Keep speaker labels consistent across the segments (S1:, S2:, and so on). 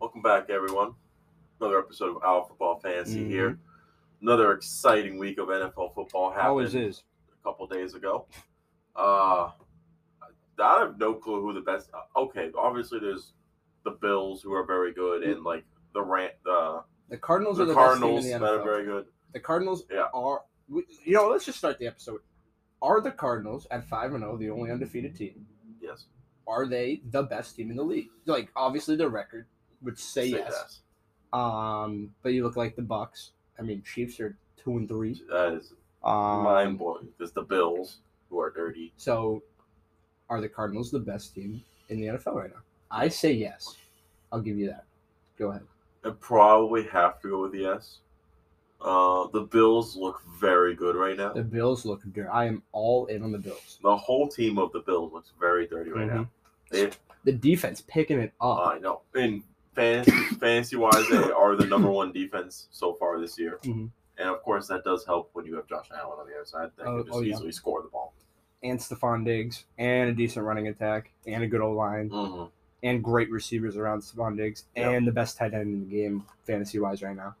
S1: Welcome back, everyone. Another episode of Our Football Fantasy
S2: Mhm.
S1: here. Another exciting week of NFL football happened
S2: Always is.
S1: a couple days ago. Uh, I have no clue who the best. uh, Okay, obviously there's the Bills who are very good, and like the rant, the,
S2: The Cardinals
S1: the
S2: Mm-hmm. are the
S1: Cardinals
S2: best team in
S1: that
S2: the
S1: are
S2: NFL.
S1: very good.
S2: The Cardinals
S1: Yeah.
S2: are. We, you know, let's just start the episode. Are the Cardinals at five and zero the only undefeated team?
S1: Yes,
S2: Are they the best team in the league? Like, obviously, their record would say, yes. Um, but you look like the Bucks. I mean, Chiefs are two and three.
S1: yes. That is
S2: Um,
S1: mind blowing. Because the Bills who are dirty.
S2: So, are the Cardinals the best team in the NFL right now? I say yes. I'll give you that. Go ahead.
S1: I probably have to go with yes. Uh, the Bills look very good right now.
S2: The Bills look good. I am all in on the Bills.
S1: The whole team of the Bills looks very dirty right
S2: Mm-hmm.
S1: now. They,
S2: The defense picking it up.
S1: I know. In fantasy, fantasy wise, they are the number one defense so far this year.
S2: Mhm.
S1: And of course, that does help when you have Josh Allen on the other side. That
S2: Oh-
S1: can just
S2: oh, yeah.
S1: easily score the ball.
S2: and Stephon Diggs and a decent running attack and a good O line
S1: Mm-hmm.
S2: and great receivers around Stephon Diggs
S1: Yeah.
S2: and the best tight end in the game fantasy wise right now.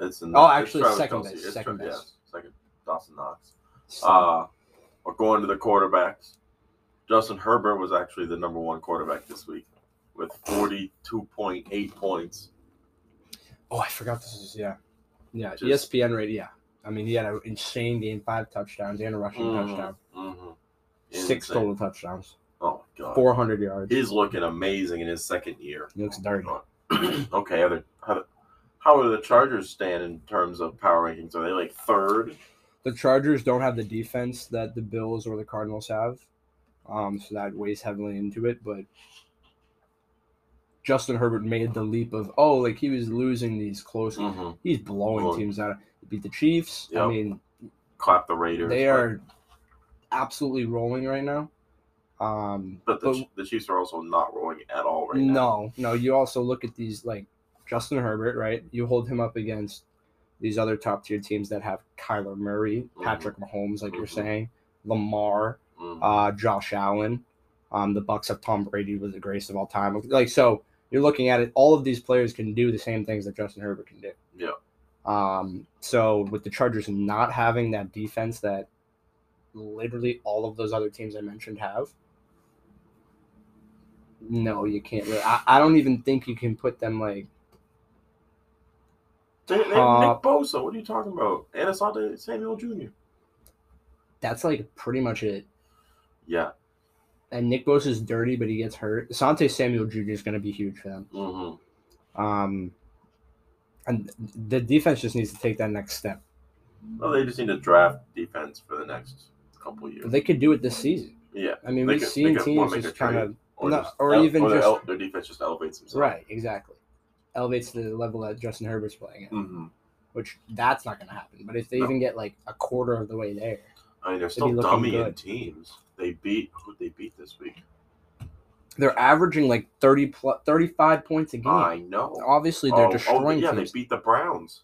S1: It's in
S2: Oh,
S1: it's
S2: actually,
S1: Travis
S2: second
S1: Kelce.
S2: best,
S1: It's
S2: second
S1: Tra- yeah,
S2: best.
S1: second, Dawson Knox.
S2: So,
S1: Uh, we're going to the quarterbacks. Justin Herbert was actually the number one quarterback this week with 42.8 points.
S2: oh, I forgot this is yeah, yeah. E
S1: Just-
S2: ESPN rated yeah. I mean, he had an insane game: five touchdowns and a rushing
S1: Mhm.
S2: touchdown,
S1: Mm-hmm.
S2: six total touchdowns,
S1: Oh, God.
S2: four hundred yards.
S1: He's looking amazing in his second year.
S2: he looks dirty.
S1: okay, are the, how, the- how are the Chargers stand in terms of power rankings? Are they like third?
S2: The Chargers don't have the defense that the Bills or the Cardinals have, um, so that weighs heavily into it. But Justin Herbert made the leap of oh, like he was losing these close
S1: Mm-hmm.
S2: He's blowing
S1: Blowing.
S2: teams out. He beat the Chiefs. I
S1: Yep.
S2: mean,
S1: Clap the Raiders.
S2: they are absolutely rolling right now. Um,
S1: But, but the, Ch- the Chiefs are also not rolling at all right now.
S2: no, no. You also look at these like Justin Herbert, right? You hold him up against these other top tier teams that have Kyler Murray,
S1: Mhm.
S2: Patrick Mahomes, like you're
S1: Mhm.
S2: saying, Lamar,
S1: Mhm.
S2: uh, Josh Allen. Um, the Bucks have Tom Brady with the greatest of all time. Like so, you're looking at it. All of these players can do the same things that Justin Herbert can do.
S1: Yeah.
S2: Um, so with the Chargers not having that defense that literally all of those other teams I mentioned have, no, you can't. Really, I, I don't even think you can put them like
S1: They, they have
S2: Uh,
S1: Nick Bosa. What are you talking about? And Asante Samuel Jr.
S2: that's like pretty much it.
S1: Yeah.
S2: And Nick Bosa is dirty, but he gets hurt. Asante Samuel Jr. is going to be huge for them.
S1: Mm-hmm.
S2: Um, and the defense just needs to take that next step.
S1: Well, they just need to draft defense for the next couple years.
S2: They could do it this season.
S1: yeah.
S2: I mean,
S1: They
S2: we've
S1: could- they
S2: seen
S1: could
S2: teams
S1: make a
S2: just kind of
S1: Or,
S2: No,
S1: just
S2: or even
S1: their,
S2: just-
S1: el- their defense just elevates themselves.
S2: right, exactly, elevates to the level that Justin Herbert's playing at,
S1: Mm-hmm.
S2: which that's not going to happen. But if they
S1: No.
S2: even get like a quarter of the way there,
S1: I mean, they're
S2: be
S1: still
S2: looking
S1: dummying
S2: good.
S1: teams. They beat who they beat this week.
S2: they're averaging like 30 plus, 35 points a game.
S1: I know.
S2: Obviously, they're
S1: Oh, oh,
S2: destroying
S1: yeah,
S2: teams.
S1: they beat the Browns.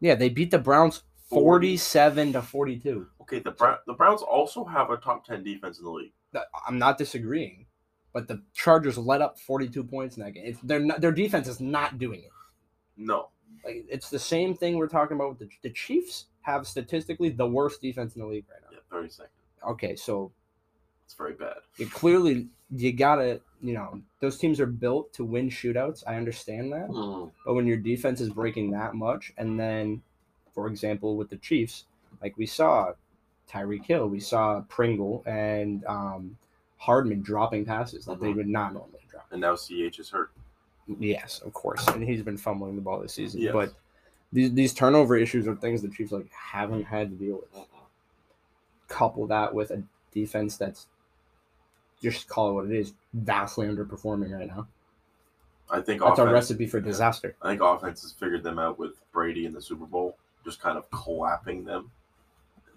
S2: yeah, they beat the Browns
S1: 40.
S2: 47 to 42.
S1: Okay, the Brown, the Browns also have a top ten defense in the league.
S2: That- I'm not disagreeing, but the Chargers let up 42 points in that game. It's, they're not, their defense is not doing it.
S1: No,
S2: Like it's the same thing we're talking about with the, the Chiefs have statistically the worst defense in the league right
S1: yeah, thirty second.
S2: now. Okay, so
S1: It's very bad.
S2: you clearly you gotta you know those teams are built to win shootouts. I understand that, but when your defense is breaking that much, and then, for example, with the Chiefs, like we saw Tyreek Hill, we saw Pringle and um, Hardman dropping passes that they
S1: Mhm.
S2: would not normally drop.
S1: And now CH is hurt.
S2: Yes, of course. And he's been fumbling the ball this season.
S1: Yes.
S2: But these these turnover issues are things the Chiefs like haven't had to deal with. Couple that with a defense that's just call it what it is, vastly underperforming right now.
S1: I think
S2: That's a
S1: offense.
S2: recipe for disaster.
S1: I think offense has figured them out with Brady in the Super Bowl, just kind of clapping them.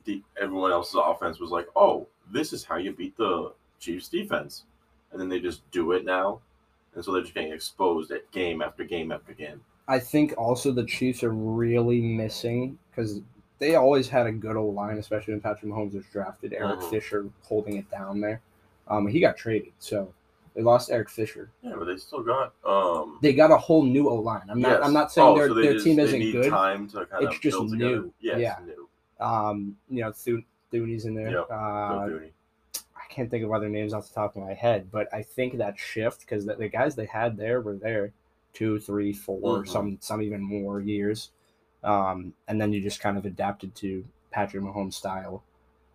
S1: The, everyone else's offense was like, "Oh, this is how you beat the Chiefs defense," and then they just do it now, and so they're just getting exposed at game after game after game.
S2: I think also the Chiefs are really missing because they always had a good old line, especially when Patrick Mahomes was drafted. Eric
S1: Mhm.
S2: Fisher holding it down there. Um, he got traded, so They lost Eric Fisher.
S1: Yeah, but they still got um.
S2: They got a whole new O line. I'm not.
S1: yes.
S2: I'm not saying
S1: Oh,
S2: their,
S1: so they
S2: their
S1: just-
S2: team
S1: they
S2: isn't
S1: need
S2: good.
S1: Time to kind
S2: It's
S1: of
S2: just
S1: build together.
S2: new.
S1: Yeah,
S2: Yeah.
S1: it's new.
S2: Um, you know, Thu- Thuney's in there.
S1: Yep.
S2: Uh,
S1: Go Dooney.
S2: I can't think of other names off the top of my head, but I think that shift because the, the guys they had there were there two, three, four,
S1: Mhm.
S2: some some even more years, um, and then you just kind of adapted to Patrick Mahomes' style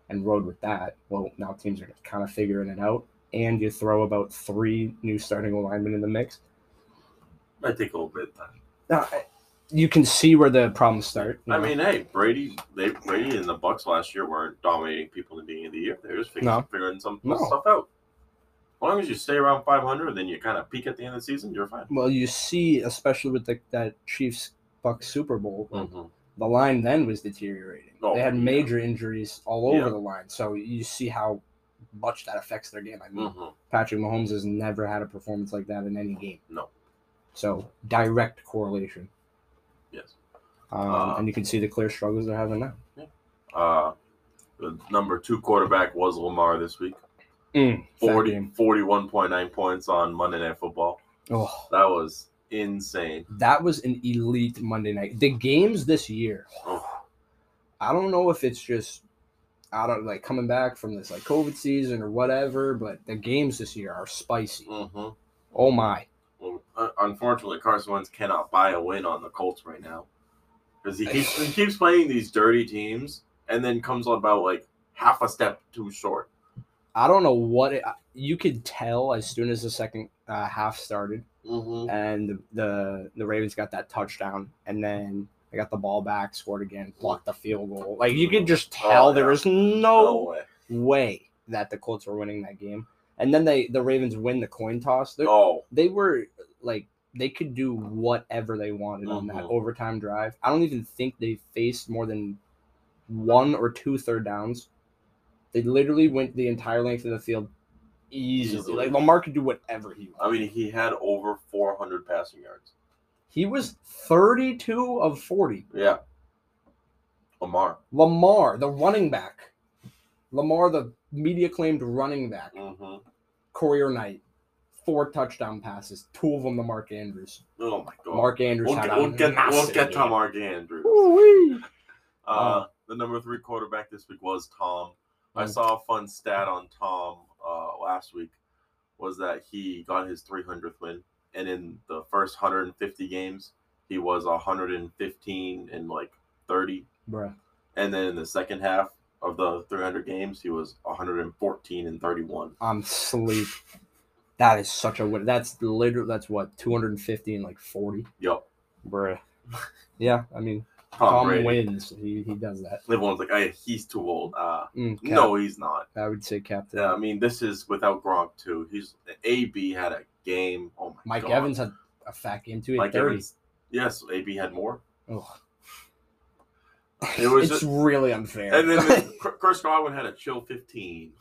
S2: and rode with that. Well, now teams are kind of figuring it out, and you throw about three new starting alignment in the mix.
S1: Might take a little bit of time.
S2: Now, I- you can see where the problems start. you
S1: I
S2: know?
S1: mean, hey, Brady, they Brady and the Bucks last year weren't dominating people in the beginning of the year. They were just figuring,
S2: No.
S1: figuring some
S2: No.
S1: stuff out. As long as you stay around 500, then you kind of peak at the end of the season, you're fine.
S2: well, you see, especially with the, that Chiefs Bucks Super Bowl, the line then was deteriorating.
S1: Oh,
S2: they had
S1: yeah.
S2: major injuries all over
S1: Yeah.
S2: the line. So you see how much that affects their game. I mean,
S1: Mhm.
S2: Patrick Mahomes has never had a performance like that in any game.
S1: No.
S2: So direct correlation.
S1: Yes.
S2: Um,
S1: Uh,
S2: and you can see the clear struggles they're having now.
S1: Uh, the number two quarterback was Lamar this week.
S2: Mm, fat
S1: 40,
S2: game.
S1: 41.9 points on Monday Night Football.
S2: Oh,
S1: That was insane.
S2: that was an elite Monday night. The games this year,
S1: Oh,
S2: I don't know if it's just I don't like coming back from this like COVID season or whatever, but the games this year are spicy.
S1: mhm.
S2: Oh my.
S1: Well, uh, unfortunately, Carson Wentz cannot buy a win on the Colts right now because he keeps he keeps playing these dirty teams and then comes about like half a step too short.
S2: I don't know what it, you could tell as soon as the second uh, half started,
S1: Mm-hmm.
S2: and the, the the Ravens got that touchdown, and then they got the ball back, scored again, blocked the field goal. Like you could just
S1: Oh,
S2: tell there
S1: yeah.
S2: was
S1: No
S2: no
S1: way.
S2: way that the Colts were winning that game, and then they the Ravens win the coin toss. They
S1: Oh,
S2: they were like they could do whatever they wanted on that
S1: Mhm.
S2: overtime drive. I don't even think they faced more than one or two third downs. They literally went the entire length of the field easily.
S1: Easily.
S2: Like Lamar could do whatever he wanted.
S1: I mean, he had over 400 passing yards.
S2: He was 32 of 40.
S1: Yeah, Lamar.
S2: Lamar, the running back. Lamar, the media claimed running back.
S1: Mm-hmm.
S2: Courier Knight, four touchdown passes, two of them to Mark Andrews.
S1: Oh my God.
S2: Mark Andrews
S1: we'll
S2: had
S1: get,
S2: a
S1: we'll get, we'll
S2: massive
S1: get to
S2: game.
S1: Mark Andrews.
S2: Ooh-wee.
S1: Uh, the number three quarterback this week was Tom. I
S2: Mm.
S1: saw a fun stat on Tom uh, last week was that he got his 300th win, and in the first 150 games, he was 115 and like 30,
S2: Bruh.
S1: and then in the second half of the 300 games, he was 114 and 31.
S2: I'm sleep. That is such a win. That's literally that's what 250 and like 40,
S1: Yup,
S2: bruh. Yeah, I mean
S1: Tom,
S2: Tom
S1: Brady.
S2: wins. He, he does that.
S1: Everyone's like, "Hey, he's too old." Uh,
S2: Mm, Cap-
S1: no, he's not.
S2: I would say captain.
S1: Yeah, I mean, this is without Gronk too. He's AB had a game. Oh my
S2: Mike
S1: God.
S2: Evans had a fat game too. He had
S1: Mike
S2: 30.
S1: Evans. Yes, AB had more.
S2: Ugh.
S1: It was
S2: it's
S1: just-
S2: really unfair.
S1: And then the- Cr- Chris Godwin had a chill 15.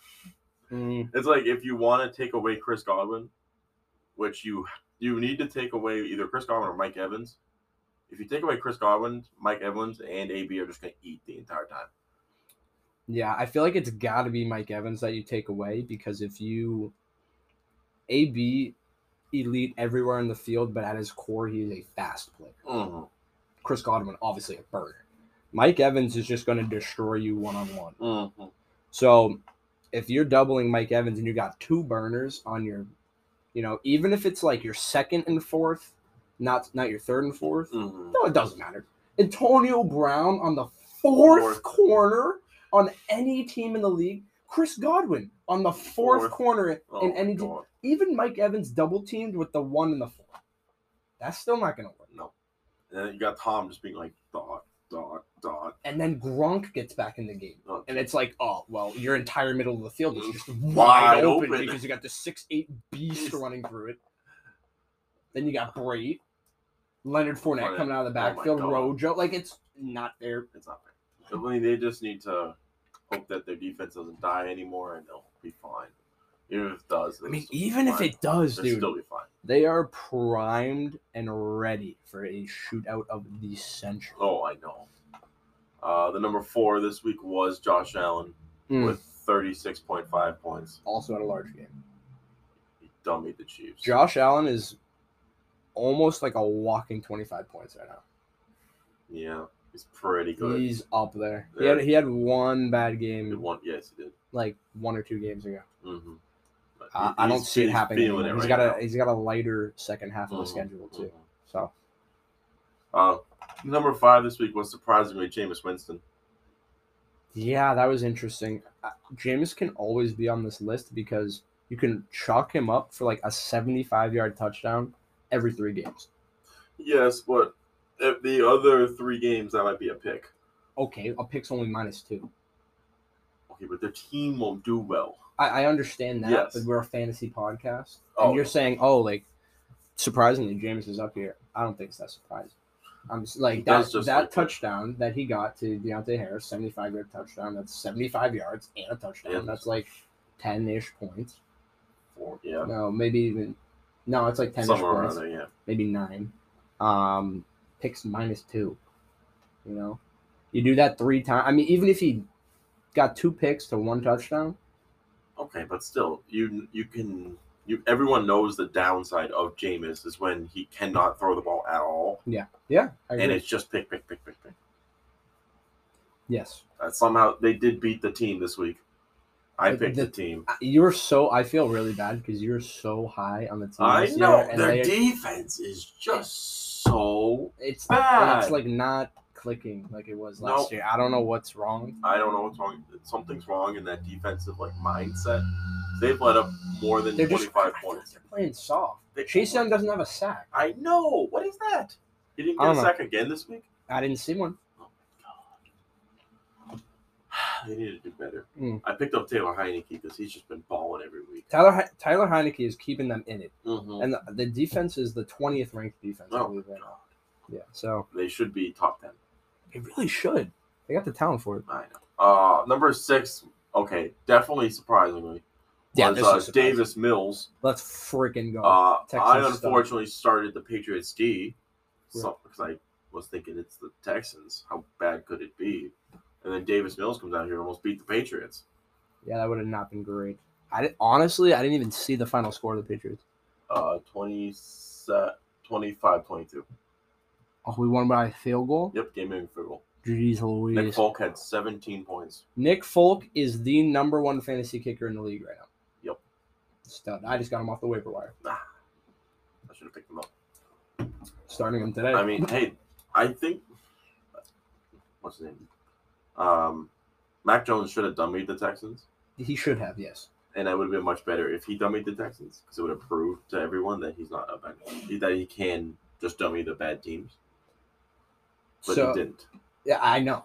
S2: Mm,
S1: It's like if you want to take away Chris Godwin, which you you need to take away either Chris Godwin or Mike Evans. If you take away Chris Godwin, Mike Evans and AB are just going to eat the entire time.
S2: yeah, I feel like it's got to be Mike Evans that you take away because if you AB elite everywhere in the field, but at his core he is a fast player.
S1: Mm-hmm.
S2: Chris Godwin, obviously a bird. Mike Evans is just going to destroy you one on one.
S1: Mm-hmm.
S2: So if you're doubling Mike Evans and you got two burners on your, you know, even if it's like your second and fourth, not not your third and fourth,
S1: Mm-hmm.
S2: no, it doesn't matter. Antonio Brown on the fourth,
S1: Fourth.
S2: corner on any team in the league. Chris Godwin on the fourth,
S1: Fourth. Oh
S2: corner in any team.
S1: God.
S2: Even Mike Evans double teamed with the one and the four. That's still not going to work.
S1: No. And then you got Tom just being like, dot, dot, dot.
S2: And then Gronk gets back in the game.
S1: dot.
S2: And it's like, oh, well, your entire middle of the field is just wide,
S1: Wide
S2: open,
S1: open.
S2: because you got the six eight beast running through it. Then you got Brady, Leonard Fournette
S1: Fournette.
S2: coming out of the
S1: Oh my
S2: backfield,
S1: God.
S2: Rojo. Like it's not there.
S1: It's not fair. I mean, they just need to hope that their defense doesn't die anymore and they'll be fine. Even if it does,
S2: I
S1: they'll
S2: mean,
S1: still be
S2: even if
S1: fine.
S2: it does,
S1: they'll
S2: dude,
S1: still be fine.
S2: they are primed and ready for a shootout of the century.
S1: Oh, I know. Uh, the number four this week was Josh Allen
S2: Mm.
S1: with 36.5 points.
S2: Also at a large game.
S1: dummied the Chiefs.
S2: Josh Allen is almost like a walking 25 points right now.
S1: Yeah, he's pretty good.
S2: He's up there. He
S1: Yeah.
S2: had he had one bad
S1: He
S2: game
S1: won- yes, he did.
S2: like one or two games ago.
S1: hmm But
S2: I,
S1: he-
S2: I don't
S1: he's-
S2: see it
S1: he's
S2: happening.
S1: feeling
S2: anymore.
S1: it
S2: He's
S1: right
S2: got
S1: now.
S2: a he's got a lighter second half of the
S1: Mhm,
S2: schedule too.
S1: mhm.
S2: So
S1: Uh, number five this week was surprisingly Jameis Winston.
S2: yeah, that was interesting. Uh, Jameis can always be on this list because you can chalk him up for like a 75 yard touchdown every three games.
S1: Yes, but if the other three games, that might be a pick.
S2: Okay, a pick's only minus two.
S1: Okay, but their team won't do well.
S2: I, I understand that,
S1: Yes.
S2: but we're a fantasy podcast. And
S1: Oh.
S2: you're saying, oh, like, surprisingly, James is up here. I don't think it's that surprising. I'm just, like, that,
S1: That's just
S2: that
S1: like-
S2: touchdown that he got to Deontay Harris, 75 yard touchdown, that's 75 yards and a touchdown.
S1: Yeah.
S2: That's like 10 ish points.
S1: Or, yeah,
S2: No, maybe even, no, it's like 10 ish
S1: somewhere around
S2: points,
S1: there. Yeah,
S2: maybe nine. Um, picks minus two. You know, you do that three times. I mean, even if he got two picks to one touchdown,
S1: okay, but still, you you can you everyone knows the downside of Jameis is when he cannot throw the ball at all,
S2: yeah. I
S1: and
S2: agree.
S1: it's just pick, pick, pick, pick, pick.
S2: yes.
S1: Uh, somehow they did beat the team this week. I
S2: But
S1: picked
S2: the-
S1: the team.
S2: You're so I feel really bad because you're so high on the team.
S1: I
S2: this
S1: know
S2: year, and
S1: their
S2: they-
S1: defense is just so.
S2: it's
S1: bad.
S2: it's like not clicking like it was last
S1: Nope.
S2: year. I don't know what's wrong.
S1: I don't know what's wrong. Something's wrong in that defensive like mindset. They've let up more than
S2: They're
S1: twenty
S2: just
S1: five points.
S2: They're playing soft.
S1: They-
S2: Chase Young doesn't have a sack.
S1: I know. What is that? He didn't
S2: I
S1: get a
S2: don't know.
S1: sack again this week.
S2: I didn't see one.
S1: Oh, They need to do better.
S2: Mm.
S1: I picked up Taylor Heineke because he's just been balling every week.
S2: Tyler Hi- Tyler Heineke is keeping them in it,
S1: Mm-hmm.
S2: and the, the defense is the twentieth ranked defense. I
S1: Oh,
S2: believe right now. Yeah, so
S1: They should be top ten.
S2: it really should. They got the talent for it.
S1: I know. Uh, number six. Okay, definitely surprisingly. was,
S2: this
S1: uh,
S2: is surprising. Oh,
S1: Davis Mills.
S2: Let's freaking go.
S1: Uh,
S2: Texans
S1: I
S2: suck.
S1: unfortunately started the Patriots D
S2: Right.
S1: because I was thinking it's the Texans. How bad could it be? And then Davis Mills comes out here and almost beat the Patriots.
S2: yeah, that would have not been great. I didn't, honestly, I didn't even see the final score of the Patriots.
S1: Uh, 20, se- 25 22.
S2: Oh, we won by a field goal.
S1: Yep, game winning field goal.
S2: Jeez
S1: Nick
S2: Louise. Nick Folk.
S1: Folk had 17 points.
S2: is the number one fantasy kicker in the league right now.
S1: Yep.
S2: Stud. I just got him off the waiver wire.
S1: I should have picked him up.
S2: Starting him today.
S1: I mean, hey, I think what's his name? Um, Mac Jones should have dummied the Texans,
S2: he should have, yes.
S1: and that would have been much better if he dummied the Texans because it would have proved to everyone that he's not a bad that he can just dummy the bad teams, but
S2: so
S1: he didn't.
S2: yeah, I know.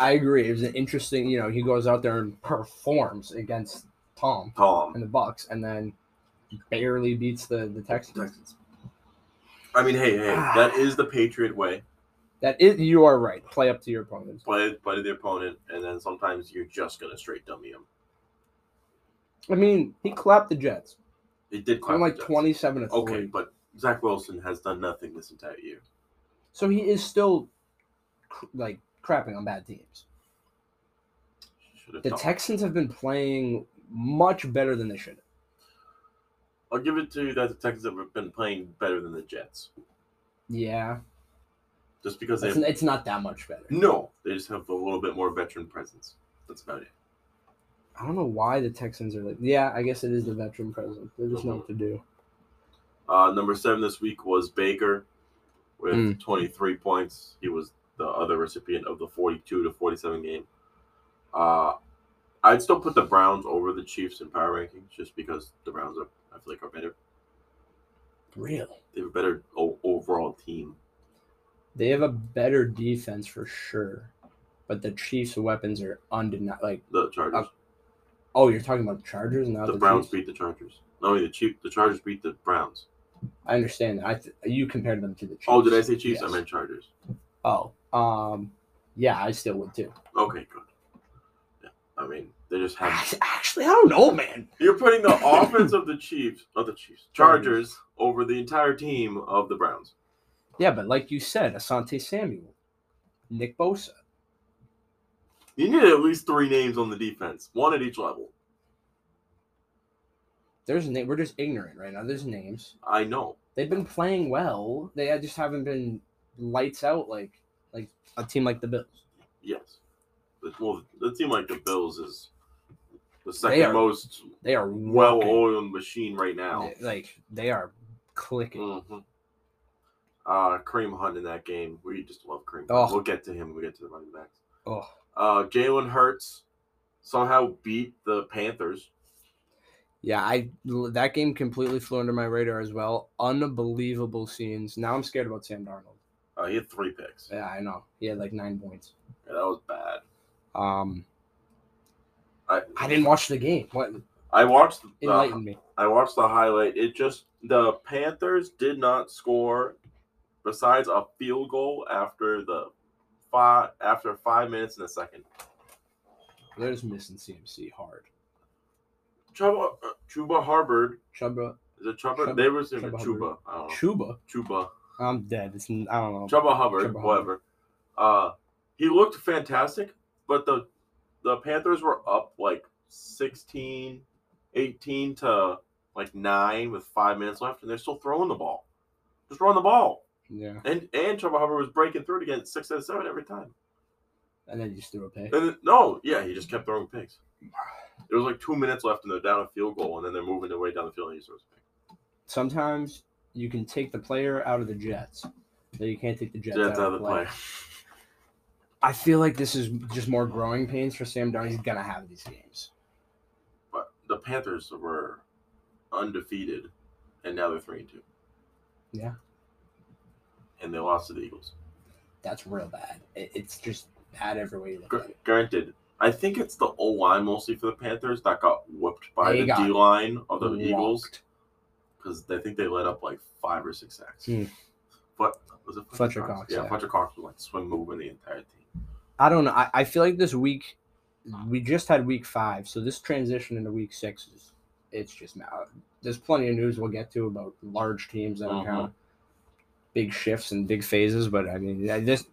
S2: I agree. It was an interesting, you know, he goes out there and performs against Tom
S1: Tom
S2: and the Bucks and then barely beats the, the Texans.
S1: Texans. I mean, hey, hey,
S2: Ah.
S1: that is the Patriot way.
S2: That is you are right. Play up to your opponents.
S1: Play play to the opponent, and then sometimes you're just gonna straight dummy him.
S2: I mean, he clapped the Jets.
S1: It did clap
S2: I'm
S1: the
S2: like
S1: Jets.
S2: twenty seven to three.
S1: Okay, but Zach Wilson has done nothing this entire year.
S2: So he is still cr- like crapping on bad teams.
S1: Should have
S2: The
S1: done-
S2: Texans have been playing much better than they should. have.
S1: I'll give it to you that the Texans have been playing better than the Jets,
S2: Yeah,
S1: just because they
S2: it's, it's not that much better.
S1: no, they just have a little bit more veteran presence. That's about it.
S2: I don't know why the Texans are like. Yeah, I guess it is the veteran presence. They just know what to do.
S1: Uh, number seven this week was Baker with
S2: Mm.
S1: 23 points. He was the other recipient of the 42 to 47 game. Uh, I'd still put the Browns over the Chiefs in power rankings, just because the Browns are I feel like are better.
S2: Really,
S1: They have a better o- overall team.
S2: they have a better defense for sure, but the Chiefs' weapons are undeniable. Like,
S1: The Chargers.
S2: oh, you're talking about the Chargers now.
S1: the, Browns
S2: Chiefs?
S1: beat the Chargers. No, the Chief, the Chargers beat the Browns.
S2: I understand that. I th- you compared them to the Chiefs.
S1: Oh, did I say Chiefs?
S2: Yes.
S1: I meant Chargers.
S2: Oh, um, yeah, I still would too.
S1: Okay, good. Yeah, I mean, they just have.
S2: Actually, I don't know, man.
S1: You're putting the offense of the Chiefs, of the Chiefs, Chargers, over the entire team of the Browns.
S2: Yeah, but like you said, Asante Samuel, Nick Bosa.
S1: You need at least three names on the defense, one at each level.
S2: There's name. We're just ignorant right now. There's names.
S1: I know.
S2: They've been playing well. They just haven't been lights out like like a team like the Bills.
S1: Yes. The, well, the team like the Bills is the second
S2: are
S1: most
S2: They are
S1: well
S2: well
S1: oiled machine right now.
S2: like they are clicking.
S1: hmm Uh, Kareem Hunt in that game. We just love Kareem. Hunt.
S2: Oh.
S1: We'll get to him when we get to the running backs.
S2: Oh,
S1: Uh, Jalen Hurts somehow beat the Panthers.
S2: Yeah, I that game completely flew under my radar as well. Unbelievable scenes. Now I'm scared about Sam Darnold.
S1: Uh, he had three picks.
S2: Yeah, I know. He had like nine points.
S1: Yeah, that was bad.
S2: Um,
S1: I
S2: I didn't watch the game. What
S1: I watched the
S2: enlightened me?
S1: I watched the highlight. It just the Panthers did not score besides a field goal after the five after five minutes in the second.
S2: They're just missing CMC hard.
S1: Chuba uh, Chuba Harbord
S2: Chuba,
S1: is it Chuba?
S2: Chuba-
S1: they were saying Chuba.
S2: Chuba
S1: I don't know.
S2: Chuba.
S1: Chuba.
S2: I'm dead. It's n- I don't know.
S1: Chuba Hubbard,
S2: Chuba
S1: whatever. Uh, he looked fantastic, but the the Panthers were up like 16, 18 to like nine with five minutes left, and they're still throwing the ball. Just run the ball.
S2: Yeah,
S1: And and Chuba Hubbard was breaking through it again six out of seven every time.
S2: and then he just threw a pick.
S1: And then- no, yeah, he just kept throwing picks. It was like two minutes left, and they're down a field goal, and then they're moving their way down the field, and he throws a pick.
S2: Sometimes you can take the player out of the Jets, but you can't take the Jets,
S1: Jets out of the play.
S2: I feel like this is just more growing pains for Sam Darnold. He's gonna have these games.
S1: But the Panthers were undefeated, and now they're three and two.
S2: Yeah.
S1: And they lost to the Eagles.
S2: That's real bad. It, it's just bad every way you look at
S1: Gr-
S2: it.
S1: granted, I think it's the O line mostly for the Panthers that got whooped by
S2: They
S1: the
S2: got
S1: D line of the
S2: Locked.
S1: Eagles because I think they let up like five or six sacks.
S2: Hmm.
S1: But was it
S2: Fletcher Cox,
S1: Yeah,
S2: yeah.
S1: Fletcher Cox was like swim moving the entire team.
S2: I don't know. I, I feel like this week, we just had week five, so this transition into week six is it's just now. There's plenty of news we'll get to about large teams that
S1: Mhm.
S2: are kind of big shifts and big phases, but I mean, I just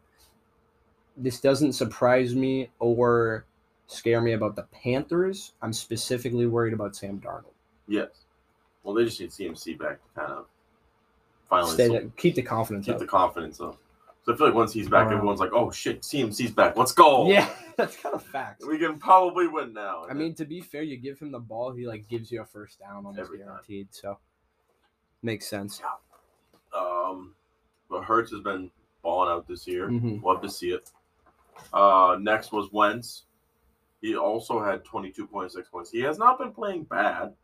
S2: this doesn't surprise me or scare me about the Panthers. I'm specifically worried about Sam Darnold.
S1: Yes. Well, they just need CMC back to kind of finally
S2: Stay
S1: sort-
S2: that, keep the confidence
S1: keep
S2: up.
S1: the confidence up. So I feel like once he's back,
S2: Around.
S1: everyone's like, "Oh shit, CMC's back. Let's go!"
S2: Uh, Yeah, that's kind of fact.
S1: we can probably win now.
S2: I mean, to be fair, you give him the ball, he like gives you a first down almost
S1: Every time.
S2: guaranteed. So makes sense.
S1: um, but Hertz has been balling out this year.
S2: Mhm.
S1: Love to see it. Uh, next was Wentz. He also had twenty two point six points. He has not been playing bad.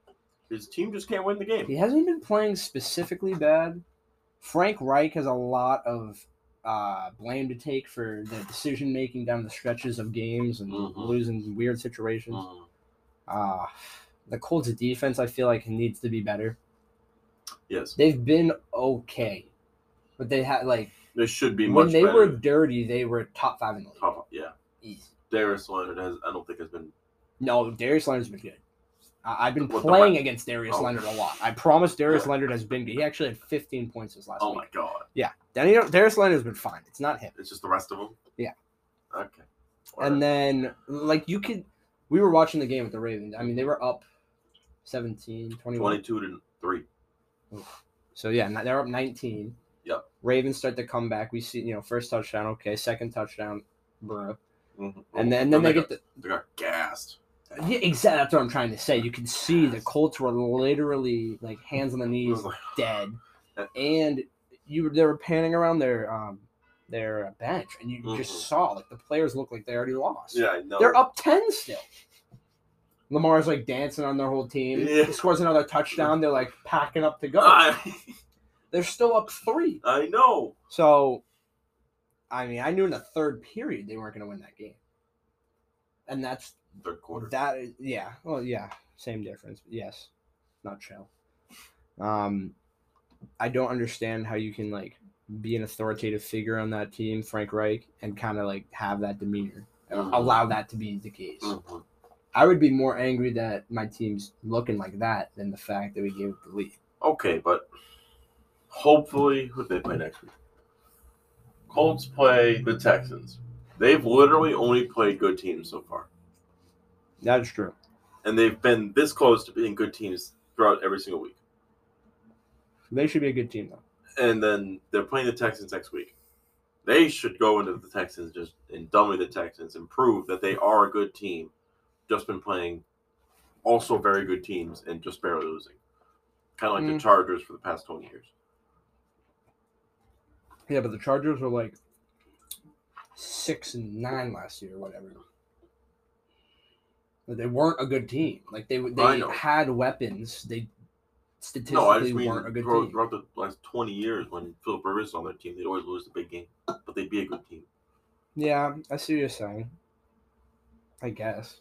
S1: His team just can't win the game.
S2: He hasn't been playing specifically bad. Frank Reich has a lot of uh, blame to take for the decision making down the stretches of games and
S1: Mhm.
S2: losing weird situations.
S1: Mm.
S2: Uh, the Colts' defense, I feel like, needs to be better.
S1: Yes,
S2: They've been okay, but they had like
S1: they should be
S2: when
S1: much
S2: they
S1: better.
S2: were dirty, they were top five in the league.
S1: Top- yeah,
S2: Easy.
S1: Darius Leonard has. I don't think has been.
S2: No, Darius Leonard's been good. I, I've been
S1: With the
S2: playing
S1: West-
S2: against Darius
S1: Oh.
S2: Leonard a lot. I promise Darius
S1: Yeah.
S2: Leonard has been good. He actually had 15 points this last
S1: Oh my
S2: week.
S1: god,
S2: Then you know, Darius Leonard has been fine. It's not him.
S1: it's just the rest of them.
S2: Yeah.
S1: Okay.
S2: And then, like, you could. We were watching the game with the Ravens. I mean, they were up 17, 21.
S1: twenty two to three.
S2: So, yeah, ni- they're up 19.
S1: Yep.
S2: Ravens start to come back. We see, you know, first touchdown, okay. Second touchdown, bruh.
S1: Mhm.
S2: And then, then they
S1: got,
S2: get the.
S1: they got gassed.
S2: Yeah, exactly. That's what I'm trying to say. You can see the Colts were literally, like, hands on the
S1: It
S2: knees,
S1: was like,
S2: dead, and you they were panning around their um their bench, and you
S1: Mhm.
S2: just saw like the players look like they already lost.
S1: yeah, I know.
S2: they're up ten still. Lamar's like dancing on their whole team.
S1: Yeah.
S2: He scores another touchdown. They're like packing up to go.
S1: I,
S2: they're still up three.
S1: I know.
S2: So, I mean, I knew in the third period they weren't going to win that game, and that's
S1: Third quarter.
S2: that is, yeah. Well, yeah. Same difference. Yes. Not shell. Um, I don't understand how you can like be an authoritative figure on that team, Frank Reich, and kind of like have that demeanor,
S1: Mhm.
S2: allow that to be the case.
S1: Mhm.
S2: I would be more angry that my team's looking like that than the fact that we gave up the lead.
S1: Okay, but hopefully, who they play next week? Colts play the Texans. They've literally only played good teams so far,
S2: That is true.
S1: and they've been this close to being good teams throughout every single week.
S2: They should be a good team though.
S1: And then they're playing the Texans next week. They should go into the Texans just and dummy the Texans and prove that they are a good team. Just been playing also very good teams and just barely losing. Kind of like
S2: Mm.
S1: the Chargers for the past 20 years.
S2: Yeah, but the Chargers were like six and nine last year, or whatever. But they weren't a good team. Like they
S1: I
S2: they
S1: know.
S2: had weapons. They statistically
S1: No, I just mean
S2: weren't a good
S1: throughout,
S2: team.
S1: throughout the last 20 years when Philip Rivers is on their team, they'd always lose the big game, but they'd be a good team.
S2: Yeah, I see what you're saying. I guess.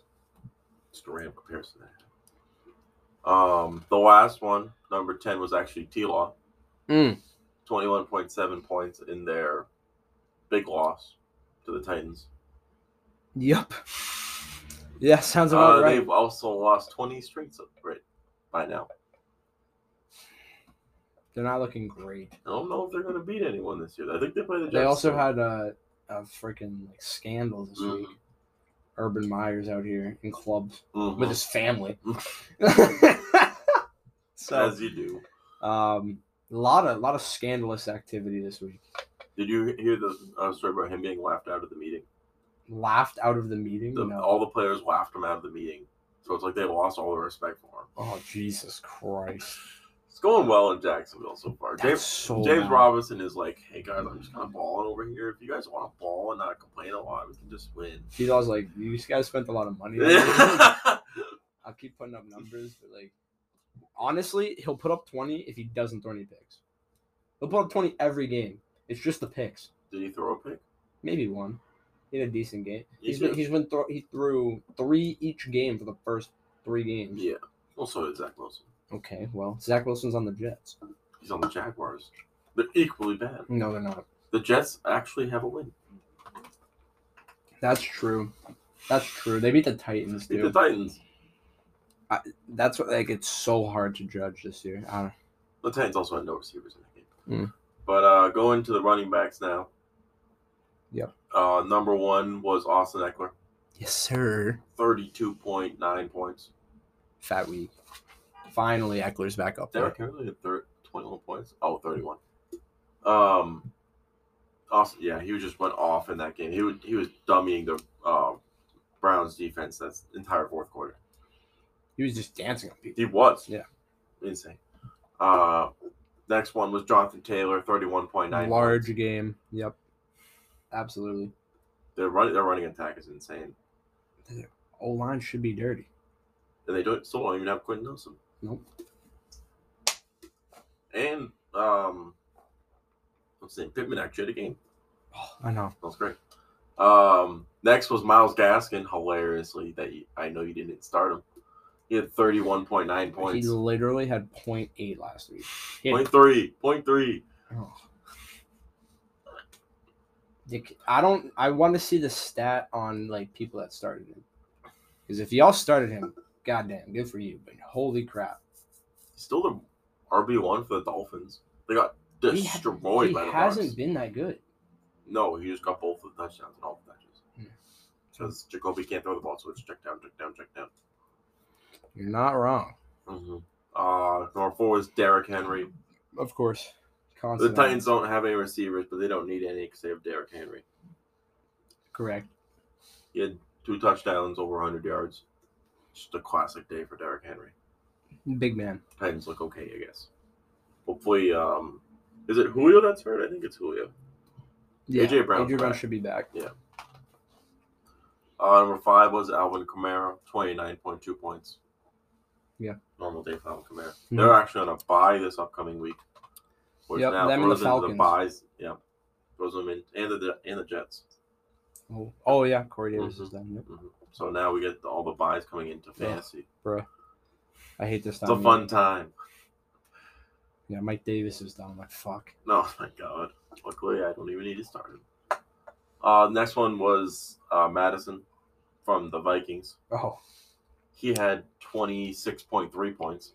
S1: It's a random comparison. there. Um, the last one, number 10, was actually T Law.
S2: Mm.
S1: 21.7 points in their big loss to the Titans.
S2: Yep. Yeah, sounds about
S1: Uh,
S2: right.
S1: They've also lost 20 straight so- right, by now.
S2: They're not looking great.
S1: I don't know if they're going to beat anyone this year. I think they play the Jets.
S2: They also
S1: soon.
S2: had a, a freaking like scandal this
S1: Mhm.
S2: week. Urban Myers out here in clubs.
S1: Mhm.
S2: with his family. so,
S1: Mm-hmm. As you do.
S2: um, a lot of lot of scandalous activity this week.
S1: Did you hear the uh, story about him being laughed out of the meeting?
S2: Laughed out of the meeting.
S1: The, oh.
S2: no.
S1: All the players laughed him out of the meeting. So it's like they lost all the respect for him.
S2: oh Jesus Christ!
S1: It's going well in Jacksonville so far.
S2: That's
S1: James,
S2: so
S1: James
S2: bad.
S1: Robinson is like, hey guys, I'm just kind of balling over here. If you guys want to ball and not complain a lot, we can just win.
S2: He was like, "You guys spent a lot of money." on me."
S1: yeah,
S2: I'll keep putting up numbers, but like, honestly, he'll put up twenty if he doesn't throw any picks. He'll put up twenty every game. It's just the picks,
S1: Did he throw a pick?
S2: maybe one. He had a decent game.
S1: He
S2: He's been,
S1: did.
S2: he's been throw he threw three each game for the first three games.
S1: Yeah. Also, it's Zach Wilson.
S2: Okay, well, Zach Wilson's on the Jets.
S1: He's on the Jaguars. They're equally bad.
S2: No, they're not.
S1: The Jets actually have a win.
S2: That's true. That's true. They beat the Titans,
S1: Beat the
S2: dude.
S1: Titans.
S2: That's what like it's so hard to judge this year. I don't,
S1: The Titans also had no receivers in that game.
S2: Mm.
S1: But uh, going to the running backs now.
S2: Yep.
S1: Uh, number one was Austin Eckler,
S2: yes, sir.
S1: thirty-two point nine points.
S2: Fat week. Finally, Eckler's back up there.
S1: Derrick Henry had thir- twenty-one points. Oh, 31. Um, Austin, yeah, he was just went off in that game. He was he was dummying the uh, Browns defense that entire fourth quarter.
S2: He was just dancing on people.
S1: He was.
S2: Yeah.
S1: Insane. Uh, next one was Jonathan Taylor, thirty-one point nine.
S2: Large game. Yep. Absolutely.
S1: Their running their running attack is insane,
S2: O line should be dirty.
S1: and they don't still don't even have Quentin Nelson.
S2: Nope.
S1: And um, what's his name? Pittman actually had a game.
S2: Oh, I know.
S1: That was great. Um, next was Miles Gaskin. Hilariously, that you, I know you didn't start him. He had thirty-one point nine points.
S2: He literally had 0.8 last week. He had
S1: Point three. Point three.
S2: Oh. Dick- I don't. I want to see the stat on like people that started him, because if y'all started him, goddamn, good for you. But holy crap,
S1: Still the RB one for the Dolphins. They got
S2: He-
S1: destroyed
S2: he
S1: by the
S2: hasn't
S1: Bucks.
S2: been that good.
S1: No, he just got both of the touchdowns and all the
S2: Hmm.
S1: touches. Because Jacoby can't throw the ball, so it's check down, check down, check down.
S2: You're not wrong.
S1: Mm-hmm. Uh, number four is Derrick Henry.
S2: Of course,
S1: The
S2: Constant
S1: Titans don't have any receivers, but they don't need any because they have Derrick Henry.
S2: correct.
S1: He had two touchdowns, over 100 yards. Just a classic day for Derrick Henry.
S2: Big man.
S1: Titans look okay, I guess. Hopefully, um, is it Julio that's hurt? I think it's Julio. AJ Brown's
S2: AJ Brown
S1: back.
S2: should be back.
S1: Uh, number five was Alvin Kamara, 29.2 points.
S2: Yeah.
S1: Normal day for Alvin Kamara.
S2: Mhm.
S1: They're actually on a buy this upcoming week. Which
S2: Yep,
S1: now
S2: them and the
S1: throws into
S2: Falcons.
S1: buys. Yep. Throws them in and the and the Jets.
S2: Oh, oh, yeah, Corey Davis
S1: Mhm.
S2: is done. Yep.
S1: hmm So now we get all the buys coming into fantasy.
S2: I hate this time.
S1: It's a
S2: of
S1: fun
S2: year.
S1: time.
S2: Yeah, Mike Davis is done. I'm like, fuck.
S1: No, my God. Luckily, I don't even need to start him. Uh, next one was uh, Madison from the Vikings.
S2: Oh,
S1: He had twenty six point three points.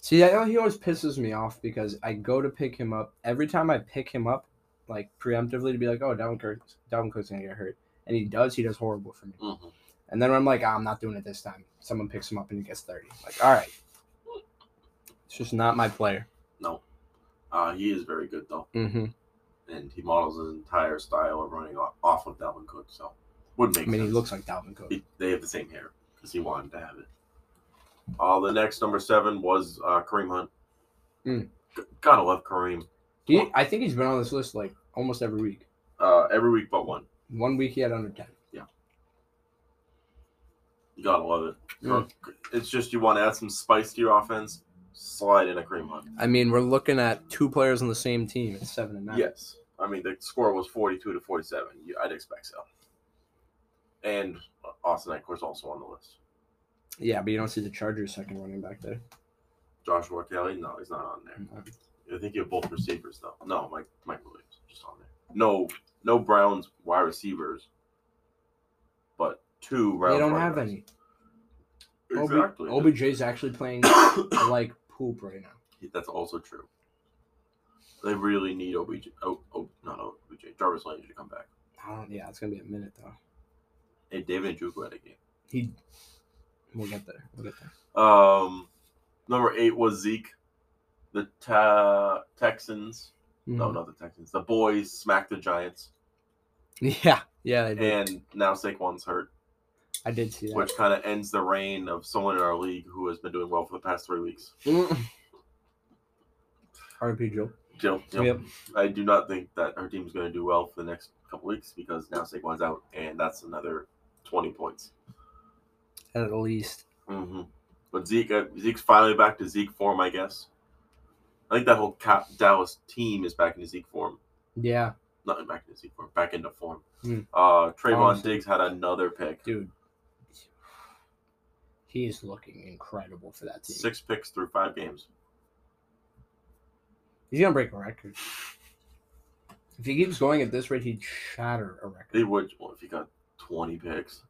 S2: See, I, he always pisses me off because I go to pick him up every time I pick him up, like preemptively to be like, "Oh, Dalvin Cook, Dalvin Cook's gonna get hurt," and he does. He does horrible for me.
S1: Mm-hmm.
S2: And then I'm like, "Ah, "I'm not doing it this time." Someone picks him up and he gets thirty. Like, all right, It's just not my player.
S1: No. Uh, he is very good, though.
S2: Mm-hmm.
S1: And he models his entire style of running o- off of Dalvin Cook. So, would
S2: I
S1: make
S2: mean, he
S1: sense.
S2: looks like Dalvin Cook.
S1: He- they have the same hair because he wanted to have it. Uh, the next number seven was uh, Kareem Hunt.
S2: Mm.
S1: G- gotta love Kareem.
S2: He, I think he's been on this list like almost every week.
S1: Uh, every week but one.
S2: One week he had under ten.
S1: You gotta love it.
S2: Mm.
S1: It's just you want to add some spice to your offense, slide in a Kareem Hunt.
S2: I mean, we're looking at two players on the same team. It's seven and nine.
S1: Yes. I mean, the score was 42 to 47. You- I'd expect so. And uh, Austin Eckler's also on the list.
S2: Yeah, but you don't see the Chargers second running back there.
S1: Joshua Kelly? No, he's not on there. I think you have both receivers though. No, Mike Mike Williams just on there. No, no Browns wide receivers, but two Browns.
S2: They don't
S1: running
S2: have
S1: backs.
S2: any. Obi-
S1: Exactly.
S2: OBJ's actually playing like poop right now.
S1: That's also true. They really need OBJ. Oh, oh not OBJ. Jarvis Landry to come back.
S2: I don't, yeah, it's gonna be a minute though.
S1: Hey, David and Njoku had a game.
S2: He, we'll get there. We'll get there.
S1: Um, number eight was Zeke. The ta- Texans. No,
S2: Mm-hmm.
S1: not the Texans. The boys smacked the Giants,
S2: Mm. Yeah, yeah, I did.
S1: and now Saquon's hurt.
S2: I did see that.
S1: which kind of ends the reign of someone in our league who has been doing well for the past three weeks.
S2: Mm. RP Joe.
S1: Jill, Jill,
S2: Yep.
S1: I do not think that her team's going to do well for the next couple weeks because now Saquon's out, and that's another twenty points.
S2: At least.
S1: Mm-hmm. But Zeke, uh, Zeke's finally back to Zeke form, I guess. I think that whole Cap- Dallas team is back into Zeke form.
S2: Yeah,
S1: Not back into Zeke form, back into form.
S2: Hmm.
S1: Uh, Trayvon
S2: Honestly.
S1: Diggs had another pick,
S2: dude. He is looking incredible for that team.
S1: six picks through five games.
S2: He's gonna break a record. If he keeps going at this rate, he'd shatter a record.
S1: They would well, if he got twenty picks,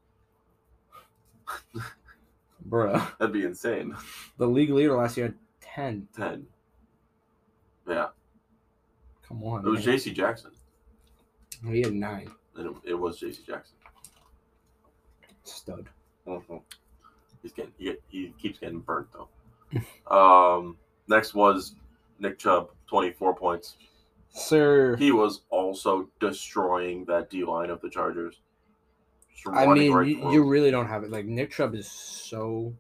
S2: Bro,
S1: that'd be insane.
S2: the league leader last year had ten.
S1: 10. Yeah,
S2: Come on,
S1: it was
S2: man.
S1: J.C. Jackson,
S2: he had nine.
S1: and it, it was J.C. Jackson.
S2: Stud. Mm-hmm.
S1: He's getting he, he keeps getting burnt though. um, next was Nick Chubb, twenty four points.
S2: Sir,
S1: He was also destroying that D line of the Chargers. Just
S2: I
S1: running
S2: mean,
S1: right
S2: you,
S1: through
S2: you
S1: him.
S2: really don't have it. Like Nick Chubb is so,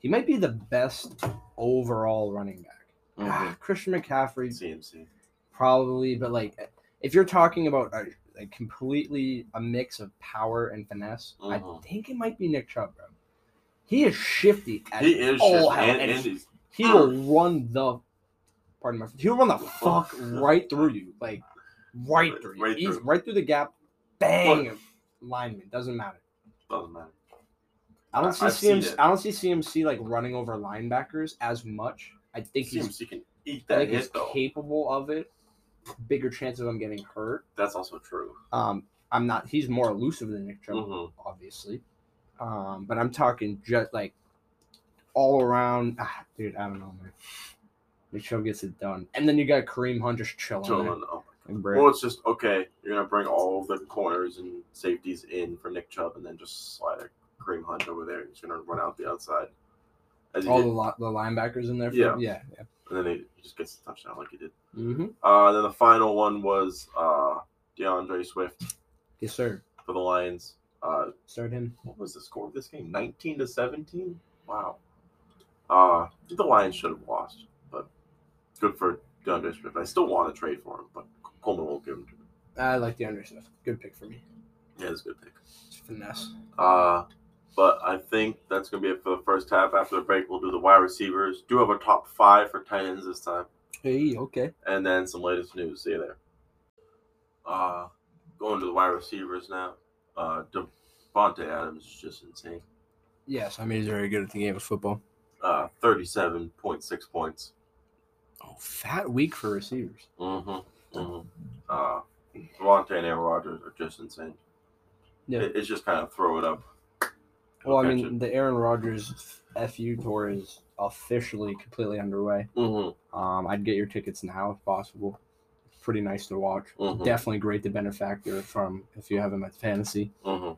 S2: he might be the best overall running back. Ah,
S1: Mhm.
S2: Christian McCaffrey
S1: CMC.
S2: probably, but like if you're talking about a, like completely a mix of power and finesse,
S1: Mhm.
S2: I think it might be Nick Chubb, bro. He is shifty. As
S1: He is
S2: all
S1: just
S2: hell,
S1: and,
S2: and
S1: and he's
S2: he will run the, pardon my, he'll run the fuck right through you, like right through, you.
S1: Right
S2: He's
S1: through.
S2: right through the gap, bang, lineman doesn't matter.
S1: doesn't matter.
S2: I don't see
S1: I've seen
S2: CMC.
S1: it.
S2: I don't see CMC like running over linebackers as much. I think he's.
S1: CMC can eat
S2: I
S1: that
S2: think he's
S1: hit though.
S2: capable of it. Bigger chance of him getting hurt.
S1: That's also true.
S2: Um, I'm not. He's more elusive than Nick Chubb,
S1: Mhm.
S2: obviously. Um, but I'm talking just like all around, ah, dude. I don't know, man. Nick Chubb gets it done, and then you got Kareem Hunt just chilling.
S1: Chilling.
S2: there.
S1: Oh
S2: And
S1: Well,
S2: Brad-
S1: it's just okay. You're gonna bring all of the corners and safeties in for Nick Chubb, and then just slide a Kareem Hunt over there. He's gonna run out the outside, as he
S2: all
S1: did,
S2: the, li- the linebackers in there. for-
S1: Yeah.
S2: yeah, yeah.
S1: and then he, he just gets the touchdown like he did.
S2: Mm-hmm.
S1: Uh, then the final one was uh, DeAndre Swift
S2: Yes, sir.
S1: for the Lions. Uh,
S2: Start him.
S1: what was the score of this game? 19 to 17. Wow. Uh, the Lions should have lost, but good for DeAndre Swift. I still want to trade for him, but Coleman won't give him to me.
S2: I like the Anderson. Good pick for me.
S1: Yeah, it's a good pick.
S2: It's finesse.
S1: Uh, but I think that's going to be it for the first half. After the break, we'll do the wide receivers. Do have a top five for tight ends this time,
S2: Hey, okay.
S1: and then some latest news. See you there. Uh, going to the wide receivers now. Uh, Devontae Adams is just insane.
S2: Yes, I mean he's very good at the game of football.
S1: Uh, 37.6 points.
S2: Oh, fat week for receivers.
S1: Mm-hmm. mm-hmm. Uh, Devontae and Aaron Rodgers are just insane.
S2: Yeah.
S1: It- it's just kind of throw it up.
S2: Well, I
S1: Catch
S2: mean the Aaron Rodgers FU tour is officially completely underway.
S1: it. Mhm,
S2: Um, I'd get your tickets now if possible. Pretty nice to watch.
S1: mhm,
S2: Definitely great to benefactor from if you have him at fantasy.
S1: mhm.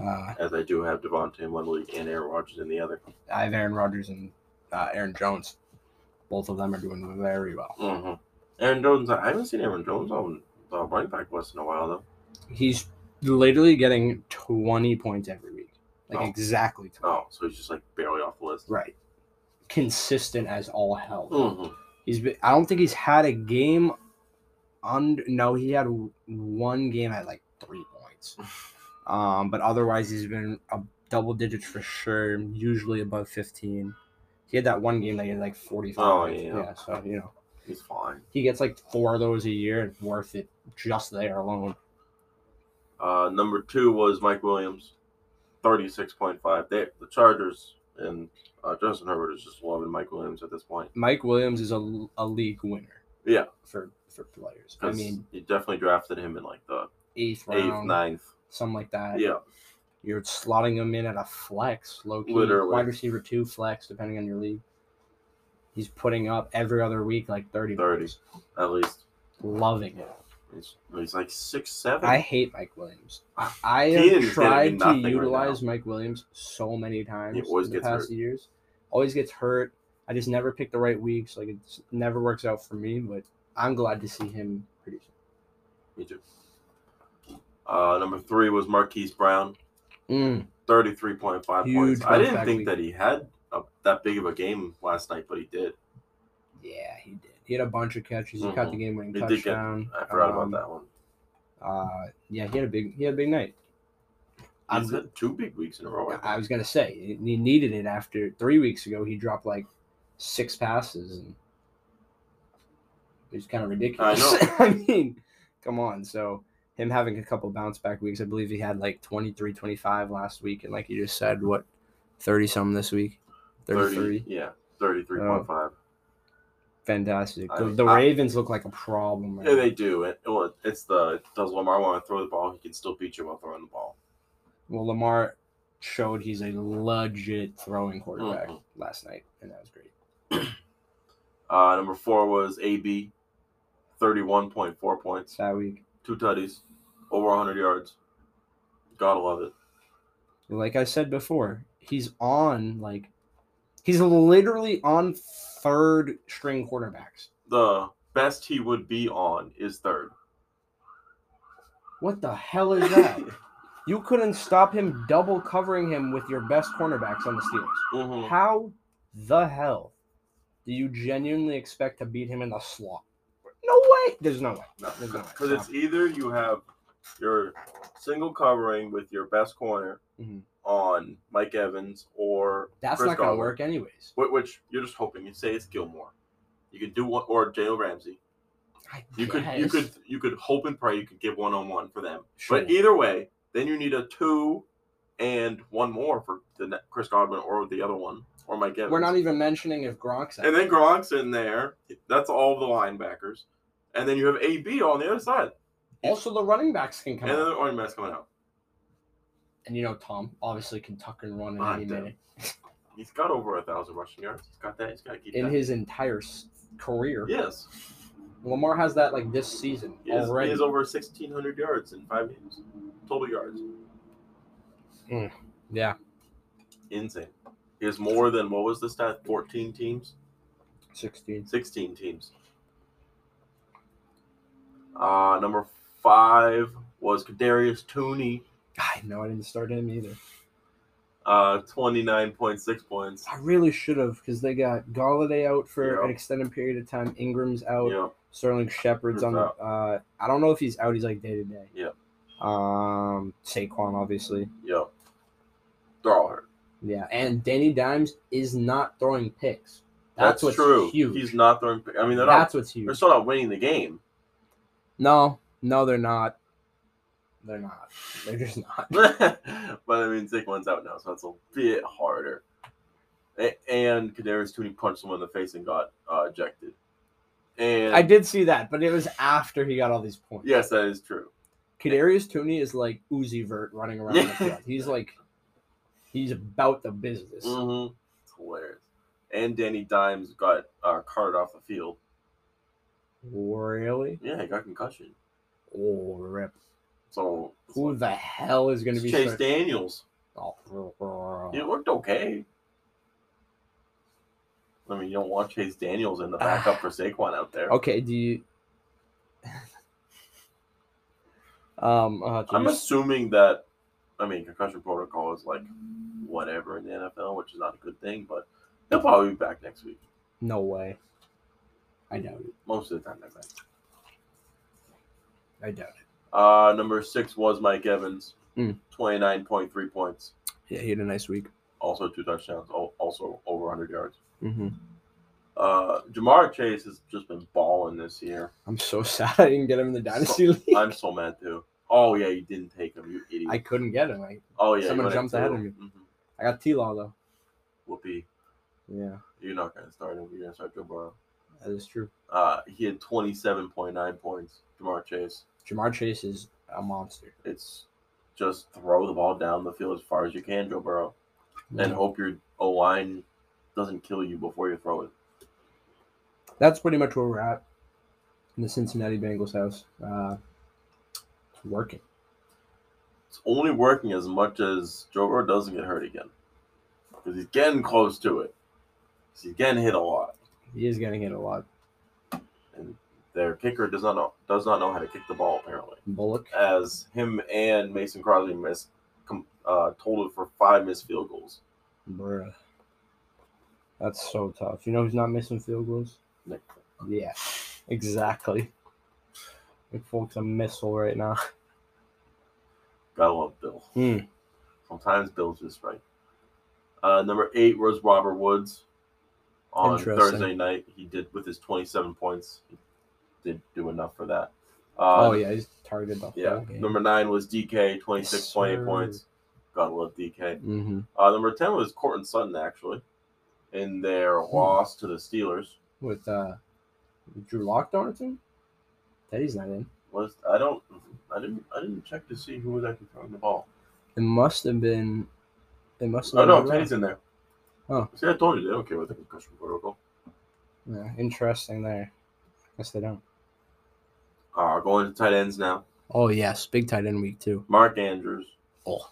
S2: Uh,
S1: As I do have Devontae in one league and Aaron Rodgers in the other.
S2: I have Aaron Rodgers and uh, Aaron Jones. both of them are doing very well.
S1: hmm Aaron Jones, I haven't seen Aaron Jones on the running back list in a while though.
S2: He's literally getting 20 points every week. Like
S1: Oh.
S2: exactly 20.
S1: Oh, so he's just like barely off the list.
S2: Right. Consistent as all hell.
S1: hmm
S2: He's been, I don't think he's had a game under no, he had w- one game at like 3 points. Um but otherwise he's been a double digits for sure, usually above 15. He had that one game that he had like 45.
S1: Oh, yeah.
S2: yeah so you know
S1: He's fine.
S2: he gets like four of those a year and worth it just there alone.
S1: Uh, number two was Mike Williams, thirty-six point five. They the Chargers and uh, Justin Herbert is just loving Mike Williams at this point.
S2: Mike Williams is a, a league winner.
S1: Yeah.
S2: For for players. I
S1: 'Cause
S2: mean,
S1: he definitely drafted him in like the eighth,
S2: eighth round,
S1: ninth.
S2: something like that.
S1: Yeah,
S2: You're slotting him in at a flex, low key
S1: Literally.
S2: wide receiver two flex, depending on your league. He's putting up every other week like 30
S1: 30.
S2: points.
S1: at least
S2: Loving it.
S1: he's, he's like six seven.
S2: I hate Mike Williams. I
S1: He
S2: have
S1: is
S2: tried to
S1: gonna be nothing right
S2: utilize Mike Williams so many times
S1: always
S2: in the
S1: gets
S2: past
S1: hurt.
S2: years. Always gets hurt. I just never pick the right weeks. Like it just never works out for me. But I'm glad to see him produce.
S1: Me too. Uh, number three was Marquise Brown,
S2: Mm,
S1: thirty-three point five
S2: Huge
S1: points. I didn't
S2: comeback
S1: think
S2: week.
S1: that he had a, that big of a game last night, but he did.
S2: yeah, he did. He had a bunch of catches. He caught the game-winning
S1: Mm-hmm. He did get-
S2: touchdown.
S1: I forgot
S2: Um,
S1: about that one.
S2: Uh, yeah, he had a big. He had a big night. I'm-
S1: He's had two big weeks in a row. I think.
S2: I was gonna say he needed it after three weeks ago. He dropped like six passes, and it was kind of ridiculous.
S1: know.
S2: I mean, come on. So him having a couple bounce back weeks, I believe he had like 23, 25 last week, and like you just said, what thirty some this week,
S1: 30,
S2: thirty three.
S1: Yeah, thirty-three point five.
S2: Oh, Fantastic.
S1: I
S2: The,
S1: mean,
S2: the
S1: I-
S2: Ravens look like a problem. Right
S1: Yeah,
S2: now.
S1: they do. It, well, it's the does Lamar want to throw the ball? He can still beat you while throwing the ball.
S2: Well, Lamar showed he's a legit throwing quarterback
S1: Mhm.
S2: last night, and that was great.
S1: Uh, number four was AB, thirty-one point four points,
S2: That week.
S1: two tutties, over hundred yards. Gotta love it.
S2: like I said before, he's on like he's literally on third string quarterbacks.
S1: The best he would be on is third.
S2: What the hell is that? you couldn't stop him double covering him with your best cornerbacks on the Steelers.
S1: Mhm.
S2: How the hell do you genuinely expect to beat him in the slot? No way. There's no way.
S1: No,
S2: There's no way.
S1: because it's either you have your single covering with your best corner
S2: Mhm.
S1: on Mike Evans, or
S2: That's
S1: Chris
S2: not going to
S1: Godwin.
S2: work anyways.
S1: whi- which you're just hoping. You say it's Gilmore. You could do one or Jalen Ramsey.
S2: I
S1: You could you
S2: guess.
S1: could you could hope and pray you could give one on one for them.
S2: Sure.
S1: But either way, then you need a two and one more for the ne- Chris Godwin or the other one or Mike Evans.
S2: We're not even mentioning if Gronk's out.
S1: and then Gronk's in there. That's all the linebackers. And then you have AB on the other side.
S2: also the running backs can come.
S1: and then
S2: out.
S1: the running back's coming out.
S2: And you know Tom obviously can tuck and run at
S1: I
S2: any
S1: do.
S2: minute.
S1: He's got over a thousand rushing yards. He's got that. He's got to keep
S2: in
S1: that.
S2: his entire s- career.
S1: yes.
S2: Lamar has that like this season
S1: He has, he
S2: already.
S1: has over 1,600 yards in five games. Total yards.
S2: yeah.
S1: Insane. He has more than, what was the stat? 14 teams?
S2: 16.
S1: 16 teams. Uh, number five was Kadarius Tooney,
S2: I know I didn't start him either.
S1: uh, 29.6 points.
S2: I really should have because they got Galladay out for
S1: Yeah.
S2: an extended period of time. Ingram's out.
S1: You know,
S2: Sterling Shepard's on.
S1: Out.
S2: Uh, I don't know if he's out. He's like day to day.
S1: Yeah.
S2: Um, Saquon obviously.
S1: yo, they're all hurt.
S2: Yeah, and Danny Dimes is not throwing picks. That's, what's
S1: true.
S2: huge.
S1: He's not throwing. I mean, they're not.
S2: That's what's huge.
S1: They're still not winning the game.
S2: No, no, they're not. They're not. They're just not.
S1: but I mean, Saquon's out now, so that's a bit harder. A- and Kadarius Tooney punched someone in the face and got uh, ejected. And
S2: I did see that, but it was after he got all these points.
S1: Yes, that is true.
S2: Kadarius Tooney is like Uzi Vert running around the field. He's like, he's about the business.
S1: Mm-hmm. It's hilarious. And Danny Dimes got uh, carted off the field.
S2: Really?
S1: Yeah, he got concussion.
S2: Oh, rip.
S1: So
S2: Who the hell is going to
S1: it's
S2: be
S1: Chase
S2: start-
S1: Daniels.
S2: Oh,
S1: It looked okay. I mean, you don't want Chase Daniels in the backup for Saquon out there.
S2: Okay, do you? um, uh, do
S1: I'm
S2: you-
S1: assuming that, I mean, concussion protocol is like whatever in the NFL, which is not a good thing, but he'll probably be back next week.
S2: no way. I doubt it.
S1: Most of the time, next week.
S2: I doubt it.
S1: Uh, number six was Mike Evans,
S2: Mm.
S1: 29.3 points,
S2: Yeah, he had a nice week.
S1: also two touchdowns, al- also over 100 yards.
S2: Mm-hmm.
S1: Uh, Jamar Chase has just been balling this year.
S2: I'm so sad I didn't get him in the dynasty league.
S1: I'm so mad too. Oh yeah, you didn't take him, you idiot.
S2: I couldn't get him. I,
S1: oh yeah,
S2: someone jumped ahead of me.
S1: hmm
S2: I got T Law though.
S1: Whoopee,
S2: Yeah,
S1: you're not gonna start him. You're gonna start Joe Burrow.
S2: that is true.
S1: Uh, he had 27.9 points. Jamar Chase.
S2: Jamar Chase is a monster.
S1: It's just throw the ball down the field as far as you can, Joe Burrow, and hope your O line doesn't kill you before you throw it.
S2: that's pretty much where we're at in the Cincinnati Bengals house. Uh, it's working.
S1: It's only working as much as Joe Burrow doesn't get hurt again, because he's getting close to it. He's getting hit a lot.
S2: He is getting hit a lot.
S1: and their kicker does not know does not know how to kick the ball apparently.
S2: Bullock.
S1: As him and Mason Crosby missed com- uh, totaled for five missed field goals.
S2: Bruh. That's so tough. You know who's not missing field goals?
S1: Nick.
S2: Yeah, exactly. Nick Folk's a missile right now.
S1: Gotta love Bill.
S2: Hmm.
S1: Sometimes Bill's just right. Uh, number eight was Robert Woods on
S2: Interesting.
S1: Thursday night. He did with his twenty seven points. He did do enough for that. Uh,
S2: oh yeah, he's targeted the
S1: yeah.
S2: whole game.
S1: Number nine was DK twenty six point eight
S2: sir.
S1: points. Gotta love DK.
S2: hmm
S1: Uh, number ten was Cortland Sutton actually, in their
S2: Hmm.
S1: loss to the Steelers.
S2: With uh, Drew Lock on it too. Teddy's not in.
S1: was I don't I didn't I didn't check to see who was actually throwing the ball.
S2: It must have been. It must
S1: Oh
S2: have.
S1: no,
S2: been
S1: Teddy's in there.
S2: Oh.
S1: See, I told you they don't care about the concussion protocol.
S2: Yeah, interesting there. Guess they don't.
S1: Uh, going to tight ends now.
S2: Oh yes, big tight end week too.
S1: Mark Andrews,
S2: Oh,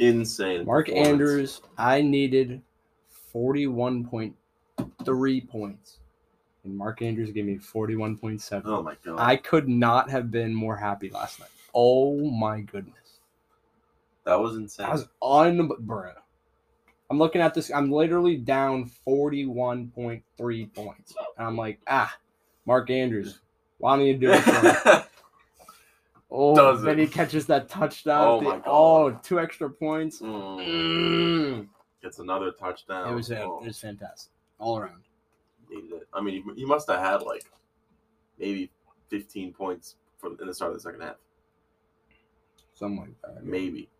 S1: insane.
S2: Mark
S1: performance.
S2: Andrews, I needed forty-one point three points, and Mark Andrews gave me forty-one point seven.
S1: Oh my god,
S2: I could not have been more happy last night. Oh my goodness,
S1: that was insane.
S2: that was un bro. I'm looking at this. I'm literally down forty-one point three points, and I'm like, ah, Mark Andrews, why don't you do it? For me? Oh,
S1: Does
S2: then
S1: it.
S2: he catches that touchdown.
S1: Oh
S2: Oh,
S1: my God.
S2: oh two extra points.
S1: Mm,
S2: Mm.
S1: Gets another touchdown.
S2: It was uh,
S1: Oh,
S2: it was fantastic all around.
S1: needed it. I mean, he- he must have had like maybe 15 points for in the start of the second half.
S2: Something like that.
S1: Maybe,